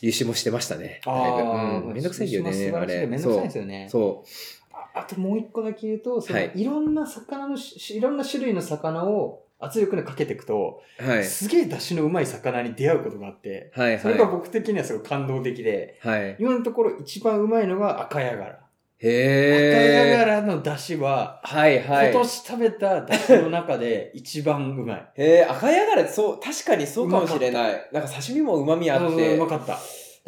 湯しもしてましたねだいぶあうーんめんどくさいよ島素ね晴あらしいれめんどくさいんですよね。そうああともう一個だけ言うと、そのはいい、ろんな魚のし、しいろんな種類の魚を圧力にかけていくと、そうはいすげえ出汁のうまい魚に出会うことがあって、はいそれがは僕的にはすごい感動的で、いはい今のところ一番うまいのが赤ヤガラ。赤ヤガへえラの出汁は、はいはい今年食べた出汁の中で一番うまい。へえ赤ヤガラってそう確かにそうかもしれないなんか刺身もうまみあうっんてうまかった。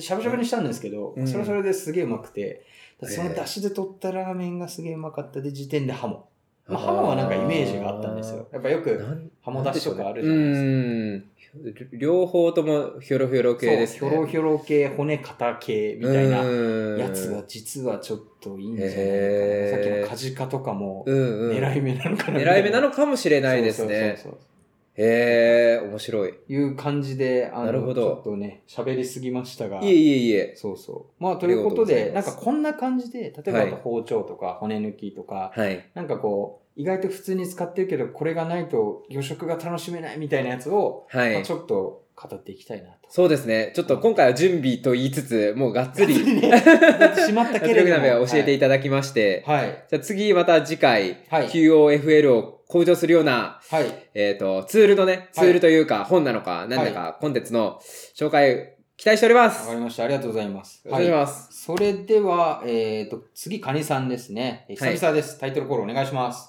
しゃぶしゃぶにしたんですけど、うんそれはそれですげえうまくて、へえその出汁で取ったラーメンがすげえうまかったで、時点でハモ。まあ、ハモはなんかイメージがあったんですよ。やっぱよく、なんハモ出汁とかあるじゃないですか。ですか。両方ともヒョロヒョロ系ですね。そう、ひょろひょろ系、骨型系みたいななやつが実はちょっといいんじゃないかへな。さーっきのカジカとかもうんうん、狙い目なのかなみたいな。狙い目なのかもしれないですね。そうそうそうへえ、面白い。そういう感じで、あなるの、ほちどょっとね、喋りすぎましたが。いえいえいえ。そうそう。まあ、ということありで、がなんとうかごこんな感じで、例はえばいあと包丁とか骨抜きとか、はい。なんかこう、意外と普通に使ってるけど、これがないと魚食が楽しめないみたいなやつを、はまあいち。ょっと語っていきたいなと。そうですね。ちょっと今回は準備と言いつつ、もうがっつり、ねだってしまったけ圧れ力ども。鍋を教えていただきまして、はい。はい。じゃあ次また次回、はい QOFL を向上するようなはい。えっ、と、ツールのね、ツールというか、本なのか、何だか、コンテンツの紹介、期待しておりまわす。かりました。ありがとうございます。お願いします。それでは、えっ、と、次、カニさんですね。え久々です。タイトルコールお願いします。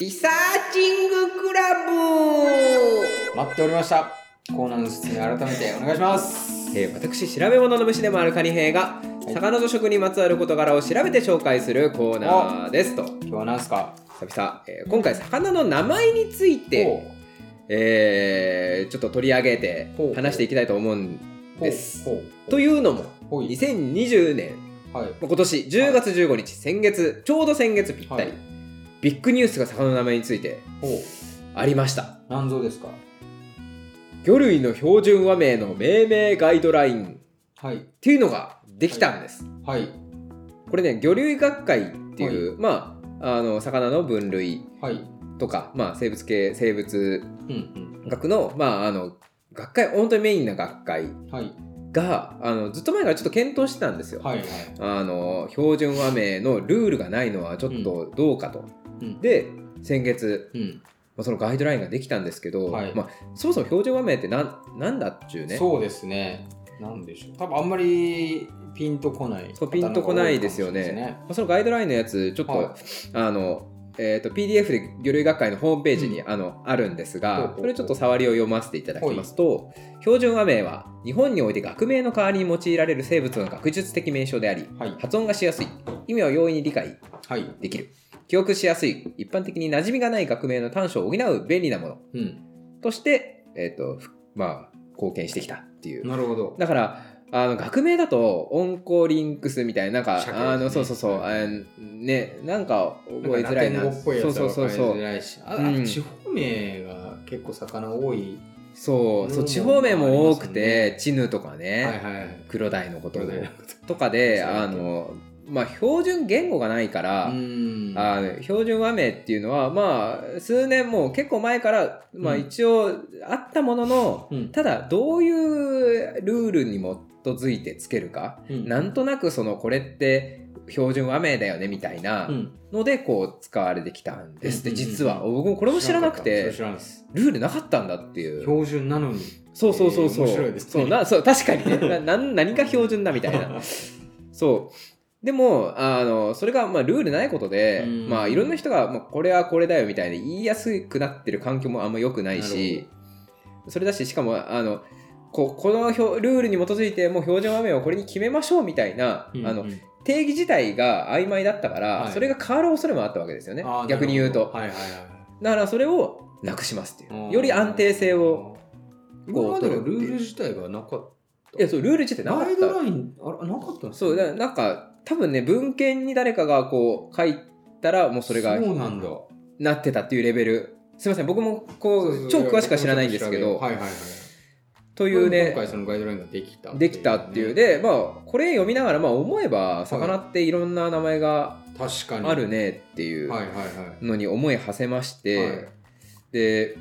リサーチングクラブ待っておりました。コーナーの説明改めてお願いします。えー私、調べ物の虫でもあるカニ兵が、魚と食にまつわる事柄を調べて紹介するコーナーですと。今日は何すか久々、えー今回、魚の名前について、えーちょっと取り上げてほう話していきたいと思うんほうです。ほうというのも、ほい2020年、はい。今年10月15日、先月、ちょうど先月ぴったり、はいビッグニュースが魚の名前についてほう。ありました。何ぞですか魚類の標準和名の命名ガイドラインっはい。ていうのができたんです。はい。これね魚類学会っていう、まああの魚の分類はい。とか、まあ、生物系生物うん学の,、まあ、あの学会本当にメインな学会うん。はい。があのずっと前からちょっと検討してたんですよ。はい。はい。あの標準和名のルールがないのはちょっとどうかと。うんで先月うん。まあ、そのガイドラインができたんですけど、はいまあ、そもそも表情画面ってなんなんだっちゅうねそうですね。なんでしょう。多分あんまりピンとこない。そうピンとこないですよね。まあそのガイドラインのやつちょっと、はいあのえー、と PDF で魚類学会のホームページに、あのあるんですほうほうがほうそれちょっと触りを読ませていただきますと標準和名は日本において学名の代わりに用いられる生物の学術的名称でありはい。発音がしやすい意味を容易に理解はい。できる記憶しやすい一般的に馴染みがない学名の短所を補う便利なものうん。として、えーとふまあ、貢献してきたっていうなるほど。だからあの学名だとオンコリンクスみたいななんか、社会ですねあのそうそうそうあのねなんか覚えづらいななんかラテン語っぽいやつそうはそうそうそわかりづうらいし。あうん地方名が結構魚多い。そうそううん地方名も多くありますよてねチヌとかね、はいはいはい。黒鯛のこと黒鯛のとかで そうあのまあ標準言語がないから、うんあの標準和名っていうのはまあ数年もう結構前から、まあ、うん一応あったものの、うんただどういうルールに基づいてつけるか、うんなんとなくそのこれって標準和名だよねみたいなうんのでこう使われてきたんですってうんうんうん実は僕もこれも知らなくそてれ知らんです。ルールなかったんだっていう標準なのに。そうそうそうそうえー面白いですねそうなそう確かにねな なん何が標準だみたいなそうでもあのそれがまあルールないことでうんまあいろんな人がまあこれはこれだよみたいな言いやすくなってる環境もあんま良くないしそれだししかもあのここの表ルールに基づいてもう標準和名をこれに決めましょうみたいな、う んあのうん定義自体が曖昧だったから、はいそれが変わる恐れもあったわけですよねあー逆に言うと、なるほどはいはいだからそれをなくしますってはいうい。より安定性をうん。こう今までは取るっルていうール自体がなかっいやそうルール自体た。なかっガイたドライン、あら、なかったんですそうだなんか多分ね文献に誰かがこう書いたらもうそれがそうなんだ。なってたっていうレベルすいません僕もこそうう超詳しくは知らないんですけどはいはいはい。とという今回ねそのガイドラインができたっていうね。できたっていうでまあこれ読みながらまあ思えば魚っていろんな名前が確かに。あるねっていうはいはいはい。のに思い馳せまして、はいで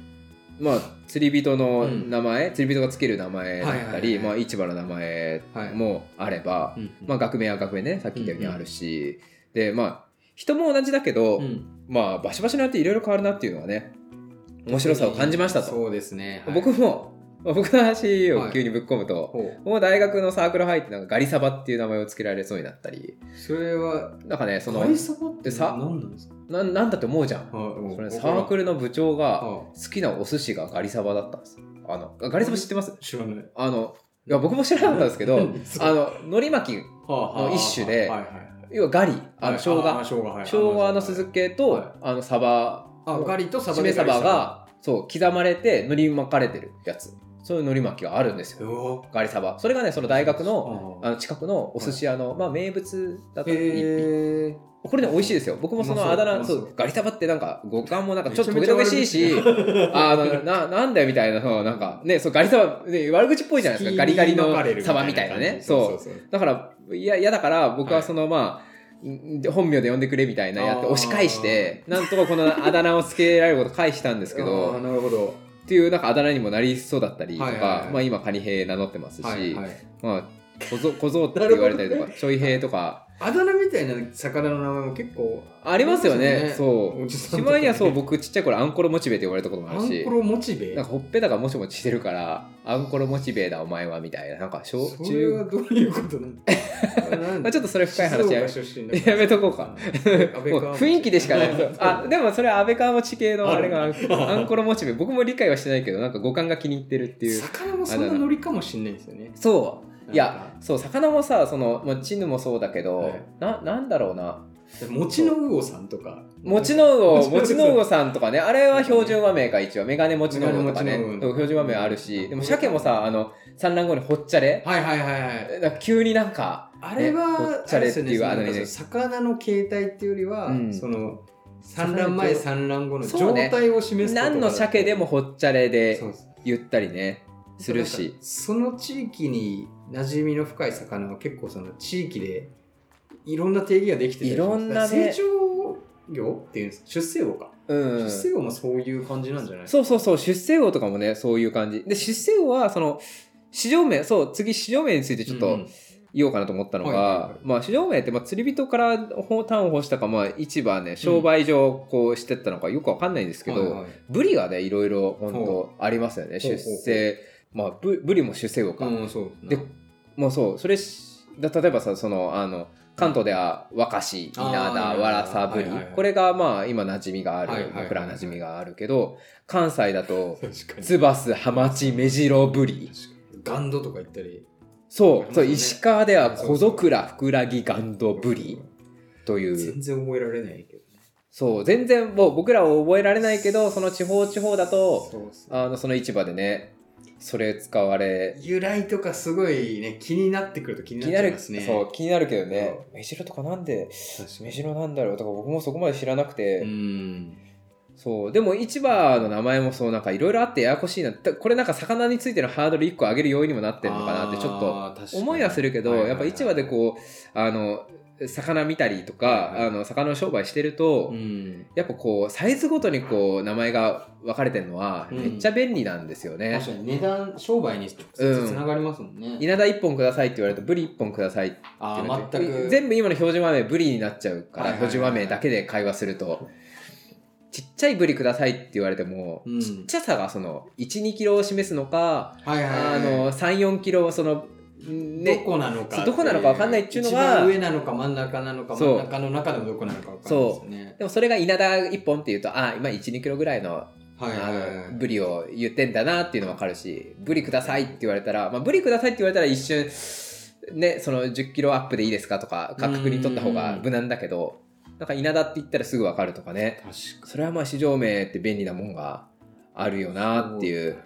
まあ釣り人の名前、釣り人がつける名前だったり、はいはいはいまあ、市場の名前もあれば、まあ、学名は学名ねさっき言ったようにあるし、でまあ人も同じだけど、うんまあバシバシによっていろいろ変わるなっていうのはね面白さを感じましたと、そうですね。はい僕も、まあ僕の話を急にぶっ込むと、ほうもう大学のサークル入ってなんかガリサバっていう名前を付けられそうになったりそれは、なんかねそのガリサバっでてさ何なんですかなんなんだって思うじゃん、それサークルルの部長が、あ好きなお寿司がガリサバだったんですよあのガリサバ知ってます知らない。あのいや僕も知らなかったんですけど そうあの海苔巻きのの一種ではいはいはい要はガリあの生姜、はいあー生姜はい生姜の酢漬けと、はいあのサバあガリとサバしでめサバガがそう刻まれて海苔巻かれてるやつそういう海苔巻きがあるんですリよサバうわガリサバそれがねその大学のああの近くのお寿司屋の、まあ、名物だったへりえこれね美味しいですよ僕もそのあだう名まそそううガリサバってなんか五感もなんかちょっとトめゲちゃトめゲちゃしいしあのななんだよみたいなそうなんかねそうガリサバ、ね、悪口っぽいじゃないですかガリガリのサバみたいなねそうだからいや嫌だから僕はその、まあん本名で呼んでくれみたいなやってあー押し返してなんとかこのあだ名をつけられること返したんですけ あーどなるほどっていうなんかあだ名にもなりそうだったりとか、はいはいはいまあ、今カニ兵名乗ってますし、はいはいまあ、小僧小僧って言われ たりとか、ちょい兵とかあだ名みたいな魚の名前も結構ありますよねそうおじさしんまいにはそう僕僕ちっちゃい頃アンコロモチベって言われたこともあアるンしコロモチベなんかほっぺたがもちもちしてるからアンコロモチベだお前はみたいななんか小それ中はどういうことなの まあちょっとそれ深い話やめ静岡出身だからやめとこうか安 倍もう川雰囲気でしかないですよあでもそれは安倍川持ち系のあれがアンコロモチベ僕も理解はしてないけどなんか五感が気に入ってるっていう魚もそんなノリかもしんないですよねそういなんやかそう魚もさその、まあ、チヌもそうだけど、はいななんだろうな餅の魚さんとかもちのうご ももちちののううごさんとかねあれは標準和名か一応メガネもちのうごとかねメガネもちのうごそう標準和名あるしでも鮭もさあの産卵後にほっちゃれはいはいはいはいなんか急になんかあねれぽはっ、ちあゃれれっってていいううああのの、ね魚の形態っていうよりは、うんその産卵前産卵後のそう状ね態を示すこと何の鮭でもほっちゃれでそうですゆったりねするしなんかその地域に馴染みの深い魚は結構その地域でいろんな定義ができてたりしますいろんなね成長魚っていうんですか出世魚か、うん出世魚もそういう感じなんじゃないそうそうそう出世魚とかもねそういう感じで出世魚はその市場名そう次市場名についてちょっとうん言おうかなと思ったのが、はいはいはいまあ、市場名って、まあ、釣り人からほ単を欲したか、まあ、市場ね、商売上こうしてったのかよくわかんないんですけど、はいはいブリがね、いろいろ本ほ当ありますよね。ほうほ出うほう世、まあ、ブブリも出世魚か。うん、そうでもうそう、それし、だ例えばさ、その、あの、関東では若し、稲田、あーはいはいはいわらさ、ブリはいはいはい。これがまあ、今馴染みがある、はいはいはい僕ら馴染みがあるけど、関西だと、確かに。ツバス、ハマチ、メジロ、ブリ。ガンドとか言ったり。そう、そうありますよね石川では小桜、ふくらぎ、ガンド、ブリという。全然覚えられないけどね。そう、全然もう僕らは覚えられないけど、その地方地方だと、そうそうあの、その市場でね、それ使われ、由来とかすごいね、気になってくると気に気なっにちゃないる、ますね。そう、気になるけどね、メジロとかなんで、確かメに。ジロなんだろうとか僕もそこまで知らなくて、うん。そうでも市場の名前もそうなんかいろいろあってややこしいなだこれなんか魚についてのハードル1個上げる要因にもなってるのかなってちょっとっ思いはするけど、やっぱ市場でこうあの魚見たりとか、はいはいあの魚の商売してると、うん。やっぱこうサイズごとにこう名前が分かれてるのはうんめっちゃ便利なんですよね。確かに値段、商売に直接つながりますもんね。稲田1本くださいって言われるとブリ1本くださいってあ言われあ、て全く。全部今の標準和名ブリになっちゃうから、はいはいはいは標い準和名だけで会話するとちっちゃいブリくださいって言われても、うんちっちゃさがその12キロを示すのか、はいはいはい。あの34キロをそのねどこなのかってそいうう。どこなのかわかんないっていうのが一番上なのか真ん中なのか、そ真うん中の中でもどこなのかわかんないですよね。でもそれが稲田1本っていうとあ今12キロぐらいのはいはいはいはあいの。ブリを言ってんだなっていうの分かるしブリくださいって言われたら、まあ、ブリくださいって言われたら一瞬ねその1 0キロアップでいいですかとか価格に取った方が無難だけどなんか稲田って言ったらすぐ分かるとかね確かそれはまあ市場名って便利なもんがあるよなっていう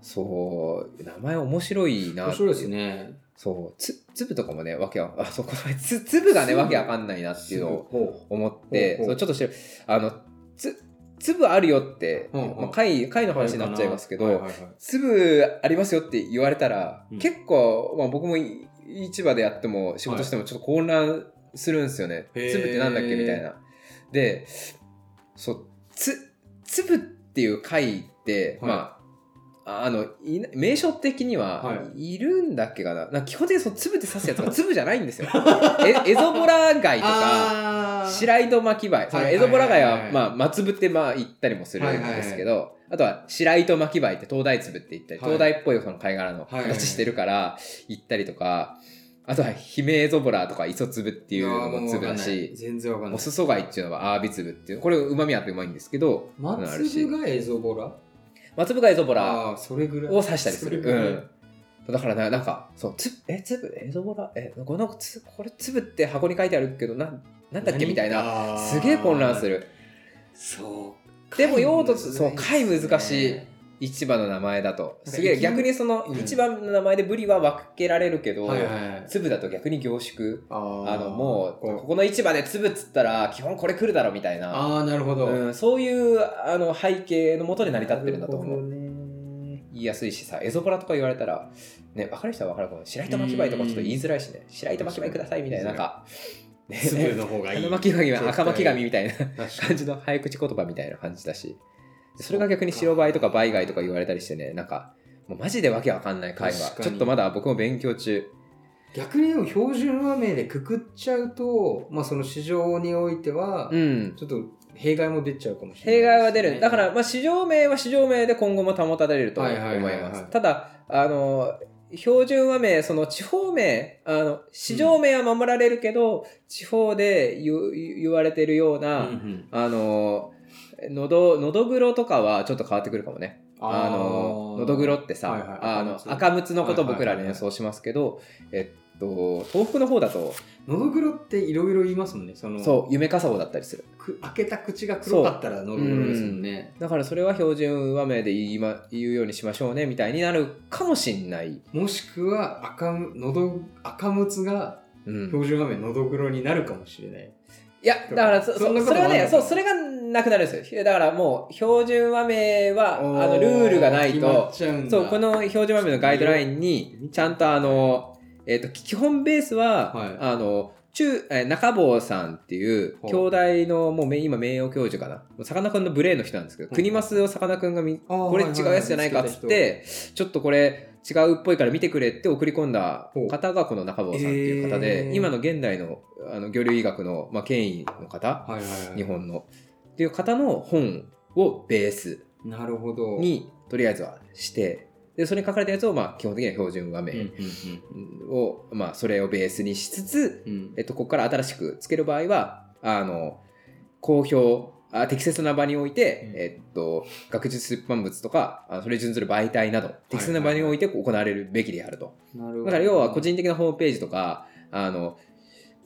そう名前面白いに。な面白いですね。そうつ粒とかもねわけはあそうこの前つ粒がね粒わけわかんないなっていうのをほ思ってそほうほううちょっとしてるあのつ粒あるよって、ほうほうまあ、貝貝のう話になっちゃいますけど、はいはいはい粒ありますよって言われたら、うん結構、まあ、僕もい市場でやっても仕事してもちょっと混乱するんですよね、へー粒ってなんだっけみたいな。でそうつ粒っていう貝って、はいまああのいな名称的にははいるんだっけかな,、なんか基本的にその粒って刺すやつ が粒じゃないんですよ。えエゾボラ貝とかあー白糸巻き貝。そのエゾボラ貝はいはいは、はいまあ、松ぶってまあ言ったりもするんですけど、あとは白糸巻き貝って東大粒って言ったり、はい東大っぽいその貝殻のはいはいはい形してるから行ったりとか、あとはヒメエゾボラとか磯粒っていうのも粒だいやーもうわかんないし、全然わかんなおいすそ貝っていうのはアワビ粒っていう、これ旨味あってうまいんですけど、ある松し部がエゾボラ松ぶがエゾボほラあーそれぐらいを刺したりする。それぐらいうん。だからな、なんか、そう、つ、え、粒、エゾボラ、え、この、つ、これ粒って箱に書いてあるけど、なん、なんだっけみたいな、なすげえ混乱する。そうでも用途貝難しいそう貝難しいね市場の名前だとなんかすげえ生き逆にそのうん市場の名前でブリは分けられるけど、はいはいはい粒だと逆に凝縮あーあのもうここうこの市場で粒っつったら基本これ来るだろみたいな、ああなるほど、うん、そういうあの背景のもとで成り立ってるんだと思う、う言いやすいしさエゾボラとか言われたら、ね、分かる人は分かるかも白糸巻き貝とかちょっと言いづらいしね白糸巻き貝くださいみたいななんか、ね、 粒の方 がいい赤巻き貝は赤巻き髪貝みたいな感じの早口言葉みたいな感じだ しそれが逆に白バイとかバイガイとか言われたりしてねなんかもうマジでわけわかんない会話確かにちょっとまだ僕も勉強中逆にでも標準和名でくくっちゃうと、まあ、その市場においては、うんちょっと弊害も出ちゃうかもし弊れ害なはいで出すね、るだからまあ市場名は市場名で今後も保たれると思いはいはいはいまはすいただあの標準和名その地方名あの市場名は守られるけど、地方で言う言言われてるような、うんうんあののどのどぐろとかはちょっと変わってくるかもねーあののどぐろってさ、はいはいあの赤むつ赤むつのこと僕らはいはいはいは連い想しますけど、えっと東北の方だとのどぐろっていろいろ言いますもんねそのそう夢かさぼだったりするく開けた口が黒かったらのどぐろですもんね、だからそれは標準和名で言い、ま、言うようにしましょうねみたいになるかもしんない、もしくは赤むのど赤むつがうん、標準和名のどぐろになるかもしれない、いやだからそそそんなこそとれはもあるねのそうそれがなくなるんですよだからもう標準和名はあのルールがない決まとっちゃうんだそうこの標準和名のガイドラインにちゃんとあの、えっと基本ベースは、はいあの中えー中坊さんっていうほう兄弟のもうめ今名誉教授かなもうさかなクンのブレーの人なんですけど、うん国益をさかなクンがみあーこれ違うやつじゃないかっつってちょっとこれ違うっぽいから見てくれって送り込んだ方がこの中坊さんっていう方ほうで、へー今の現代のあの魚類医学の、まあ、権威の方、はいはいはい。日本のっていう方の本をベースなるほど。にとりあえずはしてでそれに書かれたやつを、まあ、基本的には標準画うん面を、まあ、それをベースにしつつ、うんうん。えっと、ここから新しくつける場合はあの公表あ適切な場において、うんえっと、学術出版物とかあそれに準ずる媒体など適切な場において行われるべきであると。なるほど。だから要は個人的なホームページとかあの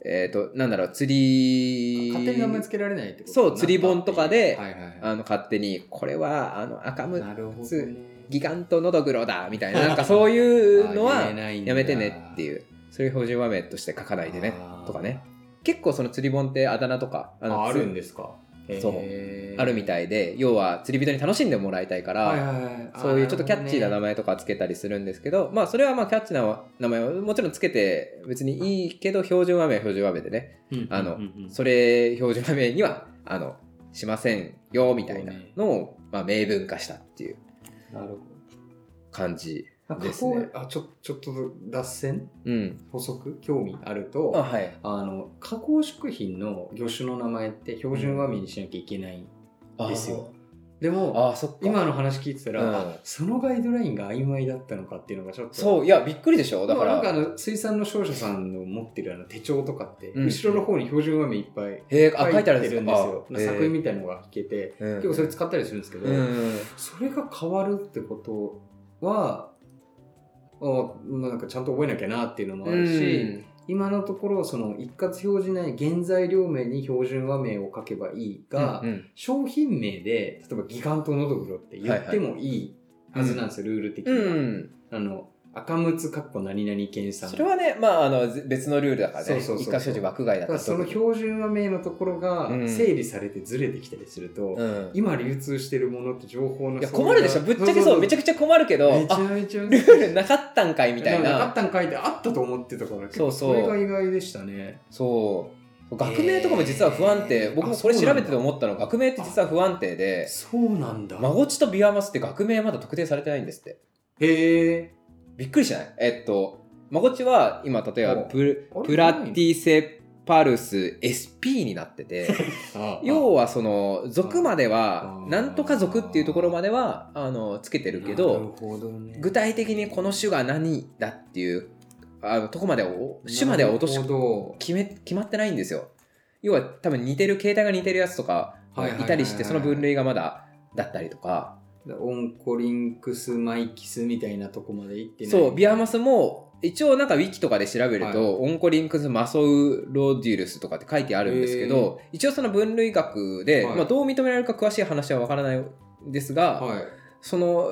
えっ、となんだろう釣り勝手に名前つけられないってことそう釣り本とかではいはいはあの勝手にこれはあの赤い。むなるほどつね。ギガントノドグロだみた いななんかそういうのあは言えないんだやめてねっていうそういう標準場面として書かないでねあーとかね結構その釣り本ってあだ名とかあのああるんですか。そううあるみいたいで要は釣り人に楽しんでもらいたいから、はいはいはいあーそういうちょっとキャッチーなな名る前とかつけたりするんですけど、まあそれはまあキャッチーな名前をもちろんつけて別にいいけど標準和名は標準和名でね、ほどね、あのうんうんうんそれ標準和名にはあのしませんよみたいなのをまあ明文化したっていうなるほど感じなんかですねこうあちょちょっと脱線うん補足興味あるとあはいあの加工食品の魚種の名前って標準和名にしなきゃいけないんですよ。でもあーそっか今の話聞いてたら、うんあそのガイドラインが曖昧だったのかっていうのがちょっとそういやびっくりでしょだだかからなんからあの水産の商社さんの持ってるあの手帳とかって、うん後ろの方に標準画面いっぱいへえあ書いてあるんです入ってるんですよ。なんか作品みたいなのが聞けて、たいな結構それ使ったりするんですけど、うんそれが変わるってことはあまあなんかちゃんと覚えなきゃなっていうのもあるし、うん今のところその一括表示内原材料名に標準和名を書けばいいが、うんうん商品名で例えばギガントノドグロって言ってもいいはずなんですよ、ルール的にうは。んあの赤むつかっこ何々県産それはねまああの別のルールだからそうねそうそう一そう箇所じゃ枠外だだっかたららその標準和名のところがうん整理されてずれてきたりすると、うん今流通してるものって情報のいや困るでしょぶっちゃけそうめちゃくくちちゃ困るけどめちゃあめちゃルールなかったんかいみたいあっなたんかいってあったと思ってたから結構そうそうそれが意外でしたねそう学名とかも実は不安定、えー僕もあこれそう調なんだべてて思ったの学名って実は不安定でそうなんだマゴチとビワマスって学名まだ特定されてないんですってへえびっくりしないえっとマゴチは今例えばおプあれプラティセパルス SP になってて 要はその属まではあなんとか属っていうところまではあのつけてるけどなるほどね具体的にこの種が何だっていうあのとこまでを種までは落としなるほ決め決まってないんですよ要は多分似てる携帯が似てるやつとかはいはいはいはいいたりしてその分類がまだだったりとかどオンコリンクスマイキスみたいなとこまで行ってないそうビアマスも一応なんかウィキとかで調べると、はオンコリンクスマソウロデュルスとかって書いてあるんですけど一応その分類学で、はいまあ、どう認められるか詳しい話はわからないんですが、はいその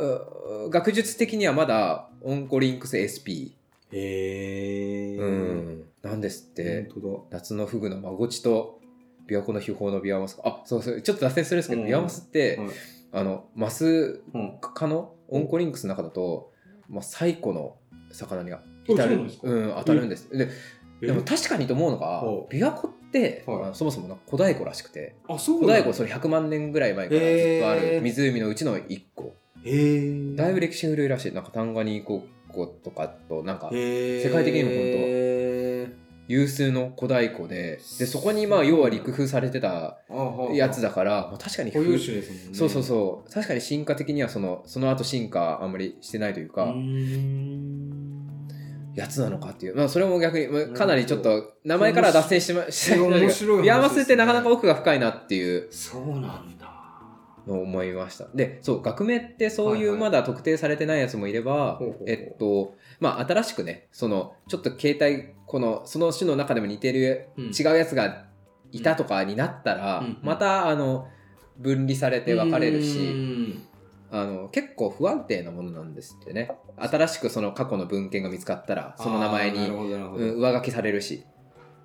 う学術的にはまだオンコリンクス SP へえ。うん、なんですって、本当夏のフグの孫ちと琵琶湖の秘宝のビワマスあそうそうちょっと脱線するんですけど、うんビワマスって、はいあのマスだ。うん。科のオンコリンクスの中だと、まあ、最古の魚にそう至るなんですかうん、当たるんですでえでも確かにと思うのがほ琵琶湖って、はいまあそもそもな古代湖らしくてあ、そう古代湖へそれ100万年ぐらい前からずっとあへーる湖のうちの1個、え。だいぶ歴史古いらしいなんかタンガニーコ湖とかとなんかへえ。世界的にも本当へ有数の古代湖ででそこにまあ要は陸風されてた当。あはやつだから、まあ、確かに固有種ですもんね。そうそうそう確かに進化的にはそのその後進化あんまりしてないといううーか、ん。やつなのかっていう、まあ、それも逆にまあるほどかなりちょっと名前からは脱線してまし面白い面白い話ですねビアマスってなかなか奥が深いなっていうそうなんだ。のを思いましたでそう学名ってそういはういはいまだ特定されてないやつもいれば、ほうほうほうえっとまあ新しくねそのちょっと携帯このその種の中でも似てるうん違うやつがいたとかになったら、うんまたあの分離されて分かれるし、うんあの結構不安定なものなんですってね新しくその過去の文献が見つかったらその名前あーなに、るほど、なるほうん、ど。上書きされるし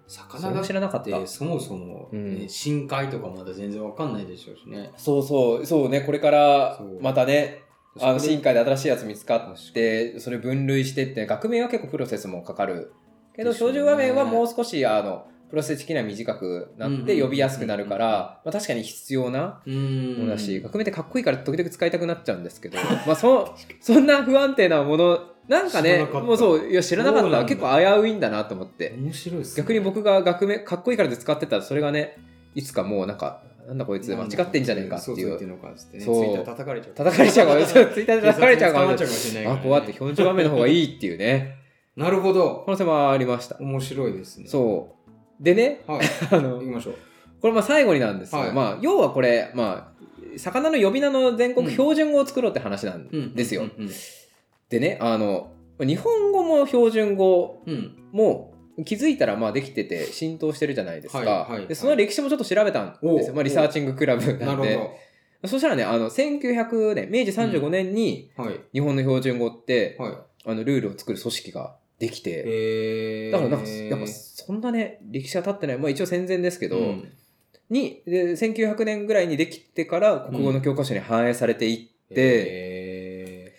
そ魚れがも知らなかっってたそもそもうんね深海とかまだ全然わかんないでしょうしね。そうそうそうねこれからそうまたねあのそれ深海で新しいやつ見つかってそれ分類してって学名は結構プロセスもかかるけどですよ標ね準画面はもう少しあのプロセス的には短くなうんっうんうんて呼びやすくなるから、まあ、確かに必要なうもん のだし、学名ってかっこいいから時々使いたくなっちゃうんですけど、まあ、そそんな不安定なものなんか知ねらなかったもうそういや知らなかそっうなたんだ結構危ういんだなと思って面白いっすね逆に僕が学名かっこいいからで使ってたらそれがねいつかもうなんかなんだこいつ間違ってんじゃねえかっていそうう言ってんのかっつってね。ツイそうッター叩かれちゃう。叩かれちゃう かも しれないツイッターで叩かれちゃうかもしれない警察に捕まっちゃうかもしれないかあらねこうやって標準画面の方がいいっていうねなるほど可。能性もありました面白いですね。そうで ねう。はい。あ行のきましょう。これまあ最後になんですけど、はいまあ要はこれまあ魚の呼び名の全国うん標準語を作ろうって話なんですよ、うんうんでねあの日本語も標準語うん。うんも気づいたらまあできてて浸透してるじゃないですか、はいはいでその歴史もちょっと調べたんですよ、おまあ、リサーチングクラブななんるでほそしたらねあの1900年明治35年にど。はい。日本の標準語って、はい。あのルールを作る組織ができて、えー。だからなんかやっぱそんなね歴史は経ってないまあ一応戦前ですけど、うんにで1900年ぐらいにできてから国語の教科書に反映されていって、え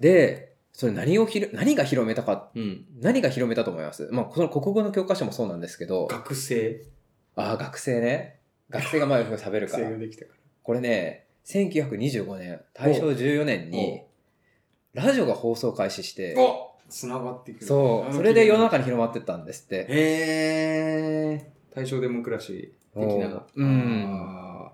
でそれ何をひろ何が広めたかーうん。何が広めたと思います、まあ、その国語の教科書もそうなんですけど学生。ああ学生ね学生が前を喋る学か生らができたかこれね1925年大正お14年にラジオが放送開始してら。お繋がってくる。そうそれで世の中に広まってったんですってへえー、大正デモクラシー的な。おうんあ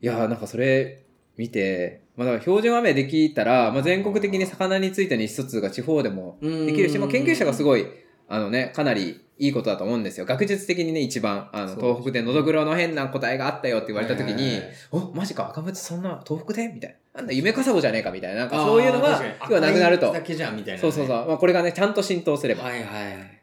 いやーなんかそれ見て、まあ、だから標準和名できたら、まあ、全国的に魚についての意思疎通が地方でもーできるし、まあ、研究者がすごい。いあの、ね、かなりいいことだと思うんですよ学術的にね一番あのそうですね東北でのどぐろの変な答えがあったよって言われた時はいはいにはい「おマジか赤松そんな東北で?」みたいな「なんだ夢かさぼじゃねえか」みたいななんかそういうのあーが確かに要はなくなると赤いだけじゃんみたいなね、そうそうそう、まあ、これがねちゃんと浸透すればはいはいはい。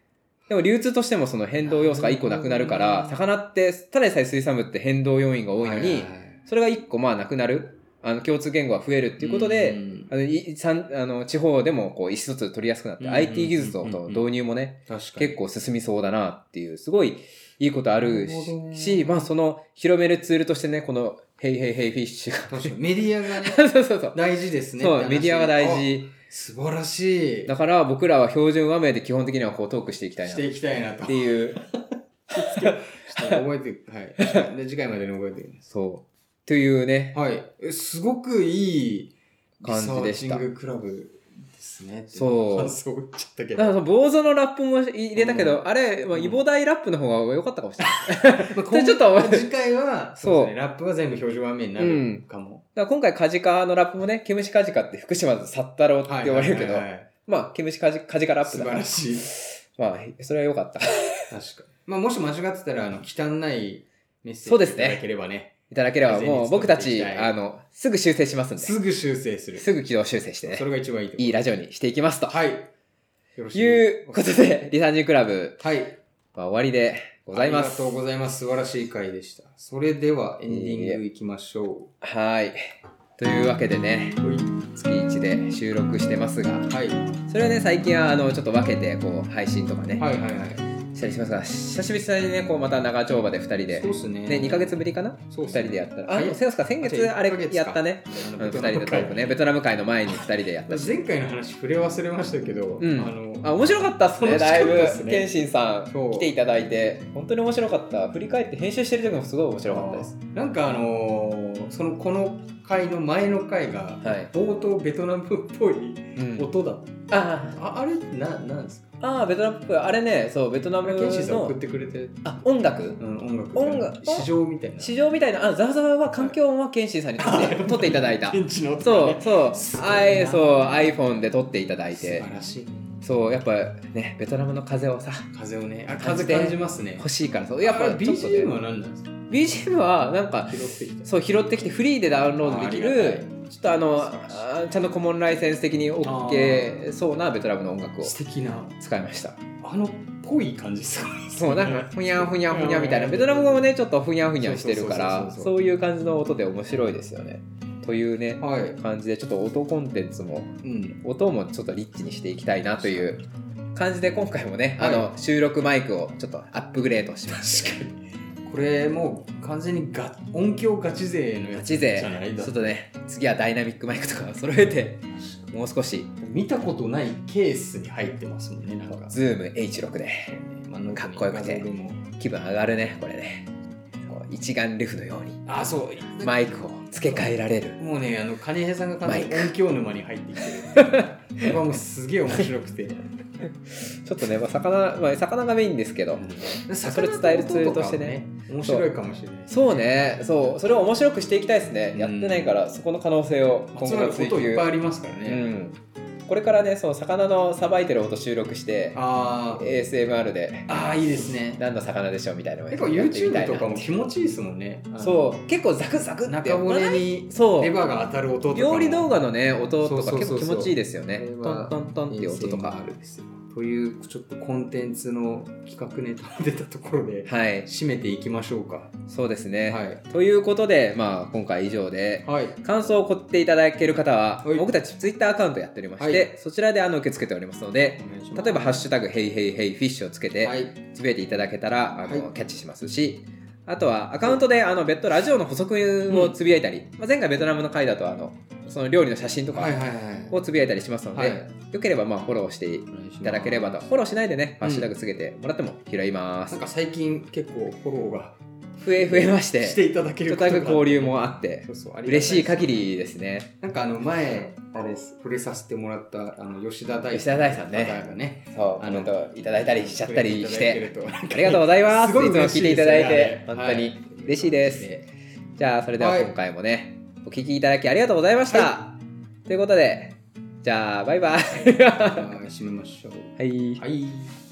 でも流通としてもその変動要素が一個なくなるからなるほど魚ってただでさえ水産物って変動要因が多いのに。ははそれが一個まあなくなるあの共通言語が増えるっていうことうで、んあのいさんあの地方でもこう意思疎通取りやすくなって、うん IT 技術とうんと導入もね、確かに。結構進みそうだなっていうすごいいいことあるしなるほどねしまあその広めるツールとしてねこの「ヘイヘイヘイフィッシュ確かに。メディアがね、が そうそうそう、大事ですね。そってう話メディアが大。事あ素晴らしい。だから僕らは標準和名で基本的にはこうトークしていきたいなしっていきたいなと。ていうちょっと覚えて、はい。で次回までに覚えておきます。そうというねはい。えすごくいい感じでしたリサーチングクラブですね。そう感想言っちゃったけだかど。らまその坊主のラップも入れたけど、うあれ、まあ、うんイボダイラップの方が良かったかもしれないあそれちょっと今次回は、そうそうですね。ラップは全部標準版面になるかも。だから今回カジカのラップもね、ケムシカジカって福島のサッタロウってはい言われるけどはい、はいはいまあ、ケムシカジカジカラップ素だ晴からら、しい。まあ、それは良かった。い確かに。まあ、もし間違ってたら、あの、汚いメッセそうーでジすいねただければね、ただければもう僕たち、全然あの、すぐ修正しますんで、すぐ修正する。すぐ軌道修正してねそ、れが一番いいと思ういいラジオにしていきますと。はい。よろしい。い。うことで、リサージンクラブ、はい。まあ、終わりでございまありすがと。うございます。素晴らしい回でした。それでは、エンディングいきましょはい。というわけでね、う。月1で収録してますが、はい。それをね、最近はあのちょっと分けてこう配信とかね、はいはいはい。したりしますが、久しぶりにね、こうまた長丁場で2人でそうっすね。ね、2ヶ月ぶりかなそう2っすね人でやったらあはいでもそうですか先あじ月ゃああれ一ヶ月かやったねあ2の人でトークねベ別トナム会の前に2人でやったし前回の話触れ忘れましたけど、うんあのあ面白かったっすね楽しかっだたいっすねぶ謙信さんそう来ていただいて本当に面白かった振り返って編集してる時もすごい面白かったですなんかあのーそのこの回の前の回がはい、冒頭ベトナムっぽいうん、音だった、あああれななんですかあベトナムっぽいあれねそうベトナこムれケンシーさん送のってくれて、あ音楽うん、音楽音楽市場みたいな市場みたいなあザワザワは環境音は謙信さんに撮って撮っていただいたケンシの音そうそうすごいなあいそう iPhone で撮っていただい素晴てらしいそうやっぱねベトナムの風をさ風をねあ感じ風て感じますね欲しいからそうやっぱあれちょっとね BGM は何なんですか BGM はなんか拾ってきたそう拾ってきてフリーでダウンロードできあありがるちょっとあのあちゃんとコモンライセンス的に OK そうなベトナムの音楽を素敵な使いましたあのっぽい感じですかそうなんかふにゃんふにゃんふにゃんみたいなうんベトナム語もねちょっとふにゃんふにゃんしてるかそらうそうそうそうそうそういう感じの音で面白いですよねというねはい、感じでちょっと音コンテンツもうん、音もちょっとリッチにしていきたいなという感じで今回もねあはの収録マイクをちょっとアップグレードしました確かにこれもう完全にガ音響ガチ勢のやガつチ勢じゃないんちだょっとね次はダイナミックマイクとかを揃えてもう少し見たことないケースに入ってますもんねなんか、ズーム H6 でまあかっこよくて画像でも気分上がるねこれねこう一眼レフのようにあそうマイクを付け替えられるもうねあの金平さんが完全にマイ 音響沼に入ってきてるっていうれはもうすげえ面白くて。ちょっとね、まあ、魚、まあ、魚がメインですけど、 それ伝えるツールとしてね面白いかもしれないそうね、そう、それを面白くしていきたいですね。うんやってないから、そこの可能性を集今後まるこ追といっぱいあ求。りますからうね、ん。これからね、その魚のさばいてる音収録して、あー ASMR であーいいですね何の魚でしょうみたいなのをや結って構みたいな YouTube とかも気持ちいいですもんねあのそう、結構ザクザクって。中骨にそうレバーが当たる音とかも料理動画のね音とそかうそう結そ構うそう気持ちいいですよねあれトはントントンっていう音とか ASMR ですよというちょっとコンテンツの企画ネタが出たところではい締めていきましょうかそうですね、はいということでまあ今回以上ではい感想を送っていただける方ははい僕たち Twitter アカウントやっておりまして、はそちらであの受け付けておりますので例えば「ハッシュタグヘイヘイヘイフィッシュ」をつけてはいつぶやいていただけたらあの、はいキャッチしますしあとはアカウントであの別途ラジオの補足をつぶやいたり、まあ、前回ベトナムの回だとあのその料理の写真とかはいはいはいをつぶやいたりしますので、はいよければまあフォローしていいただければとフォローしないでね、ハッシュタグつけてもらっても拾いまなすんか最近結構フォローが増え増えまししてていただけ人るとなく交流流もあ って嬉しい限りですねなんかあの前あれです触れさせてもらったあの吉田大吉田大さんね方がねそうああののといただいたりしちゃったりしてあありがとうございますごいいつも聞嬉しいてでいすたねだいてあれ本当はに嬉しいです、じゃあそれでははい今回もね、お聞きいただきありがとうございました、ということでじゃあバイバイ はい締めましょうはいはい